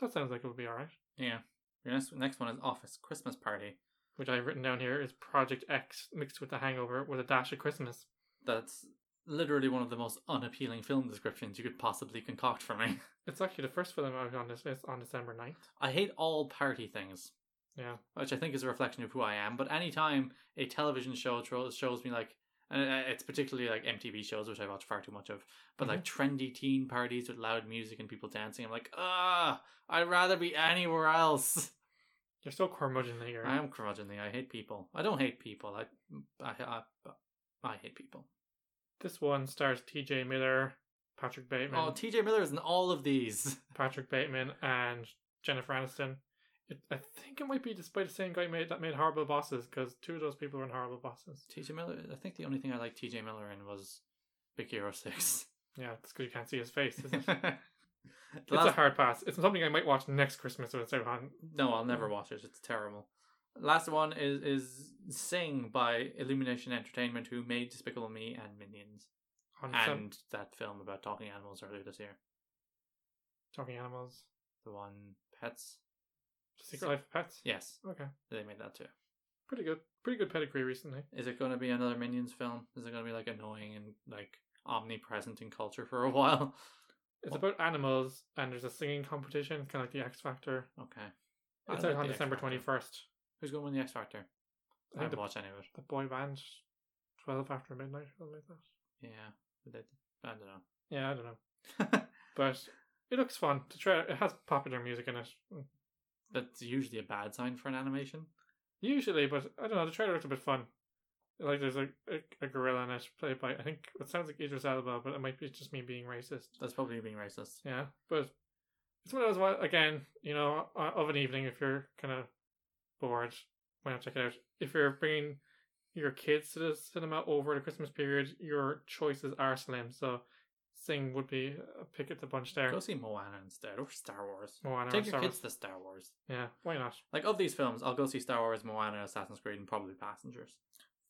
S1: that sounds like it would be alright.
S2: Yeah. Your next next one is Office Christmas Party.
S1: Which I've written down here is Project X mixed with The Hangover with a dash of Christmas.
S2: That's literally one of the most unappealing film descriptions you could possibly concoct for me. [LAUGHS]
S1: It's actually the first film I've on this list on December 9th.
S2: I hate all party things,
S1: Yeah.
S2: which I think is a reflection of who I am. But anytime a television show tro- shows me like, and it- it's particularly like MTV shows, which I watch far too much of, but like trendy teen parties with loud music and people dancing, I'm like, ah, I'd rather be anywhere else.
S1: You're so curmudgeonly. You're,
S2: I am curmudgeonly. I hate people. I don't hate people. I, I, I, I hate people.
S1: This one stars T.J. Miller, Patrick Bateman,
S2: Oh, TJ Miller is in all of these. [LAUGHS]
S1: Patrick Bateman, and Jennifer Aniston. It, I think it might be despite the same guy made that made Horrible Bosses because two of those people were in Horrible Bosses.
S2: TJ Miller, I think the only thing I liked TJ Miller in was Big Hero 6.
S1: Yeah, it's because you can't see his face. Isn't it?
S2: [LAUGHS] The
S1: it's a
S2: last-
S1: hard pass. It's something I might watch next Christmas when it's out on.
S2: no, I'll never watch it. It's terrible. Last one is, is Sing by Illumination Entertainment, who made Despicable Me and Minions.
S1: on some,
S2: And that film about talking animals earlier this year.
S1: talking animals.
S2: The one, Pets.
S1: Secret Life of Pets.
S2: Yes,
S1: Okay.
S2: they made that too.
S1: Pretty good. Pretty good pedigree recently.
S2: Is it going to be another Minions film? Is it going to be like annoying and like omnipresent in culture for a [LAUGHS] while?
S1: It's about animals and there's a singing competition, kind of like the X Factor.
S2: Okay. I
S1: It's
S2: like
S1: out on
S2: the X
S1: December
S2: Factor.
S1: twenty first.
S2: Who's going to win the X Factor?
S1: I
S2: I
S1: think
S2: haven't
S1: the,
S2: watched any of it.
S1: the boy band, twelve after midnight or something like that.
S2: Yeah, but they, I don't know.
S1: Yeah, I don't know, but it looks fun to try. It has popular music in it
S2: [LAUGHS] That's usually a bad sign for an animation.
S1: usually, but I don't know. The trailer looked a bit fun. Like there's a a, a gorilla in it played by I think it sounds like Idris Elba, but it might be just me being racist.
S2: That's probably being racist.
S1: Yeah, but it's one of those one again. You know, o- of an evening if you're kind of bored, why not check it out? If you're bringing your kids to the cinema over the Christmas period, your choices are slim. So, Sing would be a pick at the bunch there.
S2: Go see Moana instead, or Star Wars.
S1: Moana or
S2: Take your
S1: Star Wars.
S2: kids to Star Wars.
S1: Yeah, why not?
S2: Like of these films, I'll go see Star Wars, Moana, Assassin's Creed, and probably Passengers. [LAUGHS]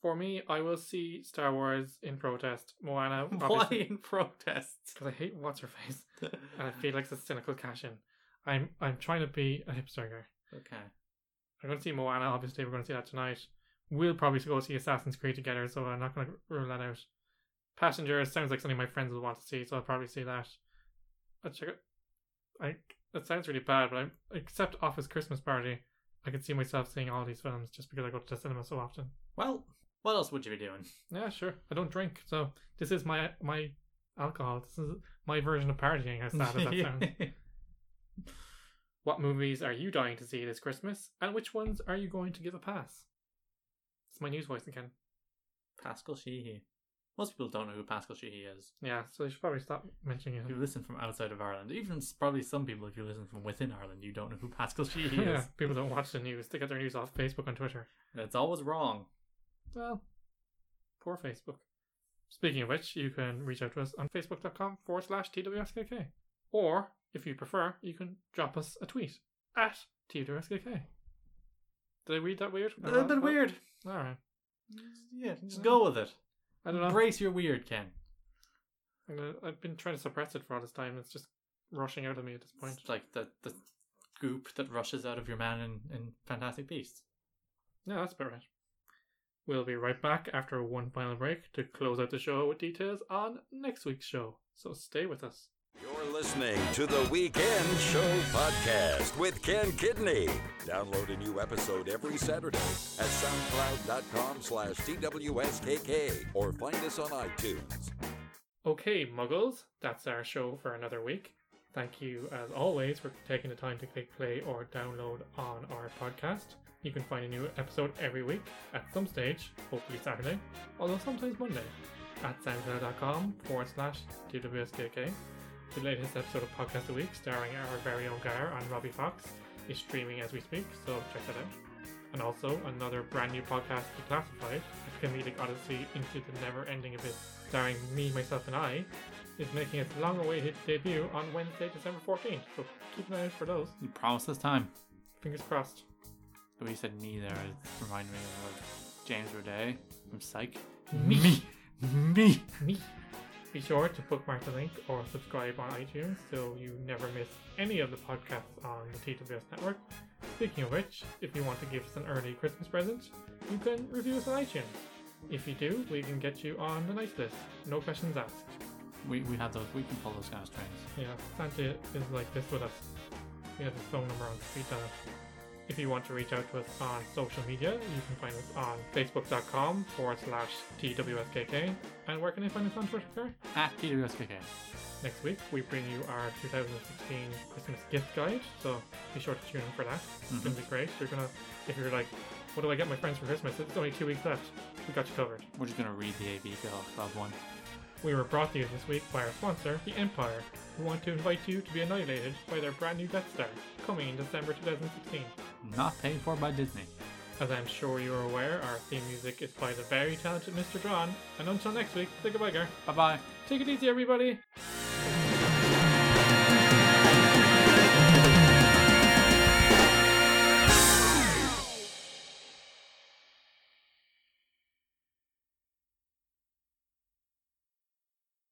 S1: For me, I will see Star Wars in protest. Moana,
S2: [LAUGHS] Why
S1: obviously,
S2: in protest?
S1: because I hate what's her face, and [LAUGHS] I feel like it's a cynical cash in. I'm I'm trying to be a hipster here.
S2: okay.
S1: I'm going to see Moana, obviously. We're going to see that tonight. We'll probably go see Assassin's Creed together, so I'm not going to rule that out. Passenger sounds like something my friends would want to see, so I'll probably see that. I'll check it. I, that sounds really bad, but I, except Office Christmas Party, I could see myself seeing all these films just because I go to the cinema so often.
S2: Well, what else would you be doing?
S1: Yeah, sure. I don't drink, so this is my my alcohol. This is my version of partying, as sad as
S2: [LAUGHS]
S1: that sounds. What movies are you dying to see this Christmas, and which ones are you going to give a pass? It's my news voice again.
S2: Pascal Sheehy. Most people don't know who Pascal Sheehy is.
S1: Yeah, so you should probably stop mentioning
S2: If you
S1: it.
S2: listen from outside of Ireland, even s- probably some people, if you listen from within Ireland, you don't know who Pascal
S1: [LAUGHS]
S2: Sheehy
S1: Yeah,
S2: is.
S1: people don't watch the news. They get their news off Facebook and Twitter.
S2: And it's always wrong.
S1: Well, poor Facebook. Speaking of which, you can reach out to us on facebook.com forward slash TWSKK. Or, if you prefer, you can drop us a tweet at TWSKK. Did I read that weird?
S2: A little bit weird.
S1: Alright.
S2: Yeah, just go with it.
S1: I don't know.
S2: Embrace your weird, Ken.
S1: I'm gonna- I've been trying to suppress it for all this time. It's just rushing out of me at this point.
S2: It's like the, the goop that rushes out of your man in, in Fantastic Beasts.
S1: Yeah, that's about right. We'll be right back after one final break to close out the show with details on next week's show. So stay with us.
S3: You're listening to the Weekend Show podcast with Ken Kidney. Download a new episode every Saturday at soundcloud.com slash TWSKK or find us on iTunes.
S1: Okay, muggles, that's our show for another week. Thank you, as always, for taking the time to click play or download on our podcast. You can find a new episode every week at some stage, hopefully Saturday, although sometimes Monday, at soundcloud.com forward slash TWSKK. The latest episode of Podcast a Week, starring our very own Gar and Robbie Fox, is streaming as we speak, so check that out. And also another brand new podcast, Declassified, a comedic odyssey into the never-ending abyss, starring me, myself, and I, is making its long-awaited debut on Wednesday, December 14th. So keep an eye out for those.
S2: You promise this time.
S1: Fingers crossed.
S2: The way you said me there it reminded me of James Roday from Psych.
S1: Me.
S2: Me.
S1: Me. Be sure to bookmark the link or subscribe on iTunes so you never miss any of the podcasts on the TWS network. Speaking of which, if you want to give us an early Christmas present, you can review us on iTunes. If you do, we can get you on the nice list. No questions asked.
S2: We, we have those, we can pull those kind of strings.
S1: Yeah, Santa is like this with us. We have his phone number on speed dial. If you want to reach out to us on social media, you can find us on facebook.com forward slash TWSKK. And where can they find us on Twitter? Gary?
S2: At TWSKK.
S1: Next week, we bring you our 2016 Christmas gift guide, so be sure to tune in for that. It's going to be great. You're going to, if you're like, what do I get my friends for Christmas? It's only two weeks left. We got you covered.
S2: We're just gonna read the AV Girl Club one.
S1: We were brought to you this week by our sponsor, The Empire, who want to invite you to be annihilated by their brand new Death Star, coming in December 2016.
S2: Not paid for by Disney.
S1: As I'm sure you're aware, our theme music is by the very talented Mr. Drawn. And until next week, say goodbye, Gar.
S2: Bye bye.
S1: Take it easy, everybody.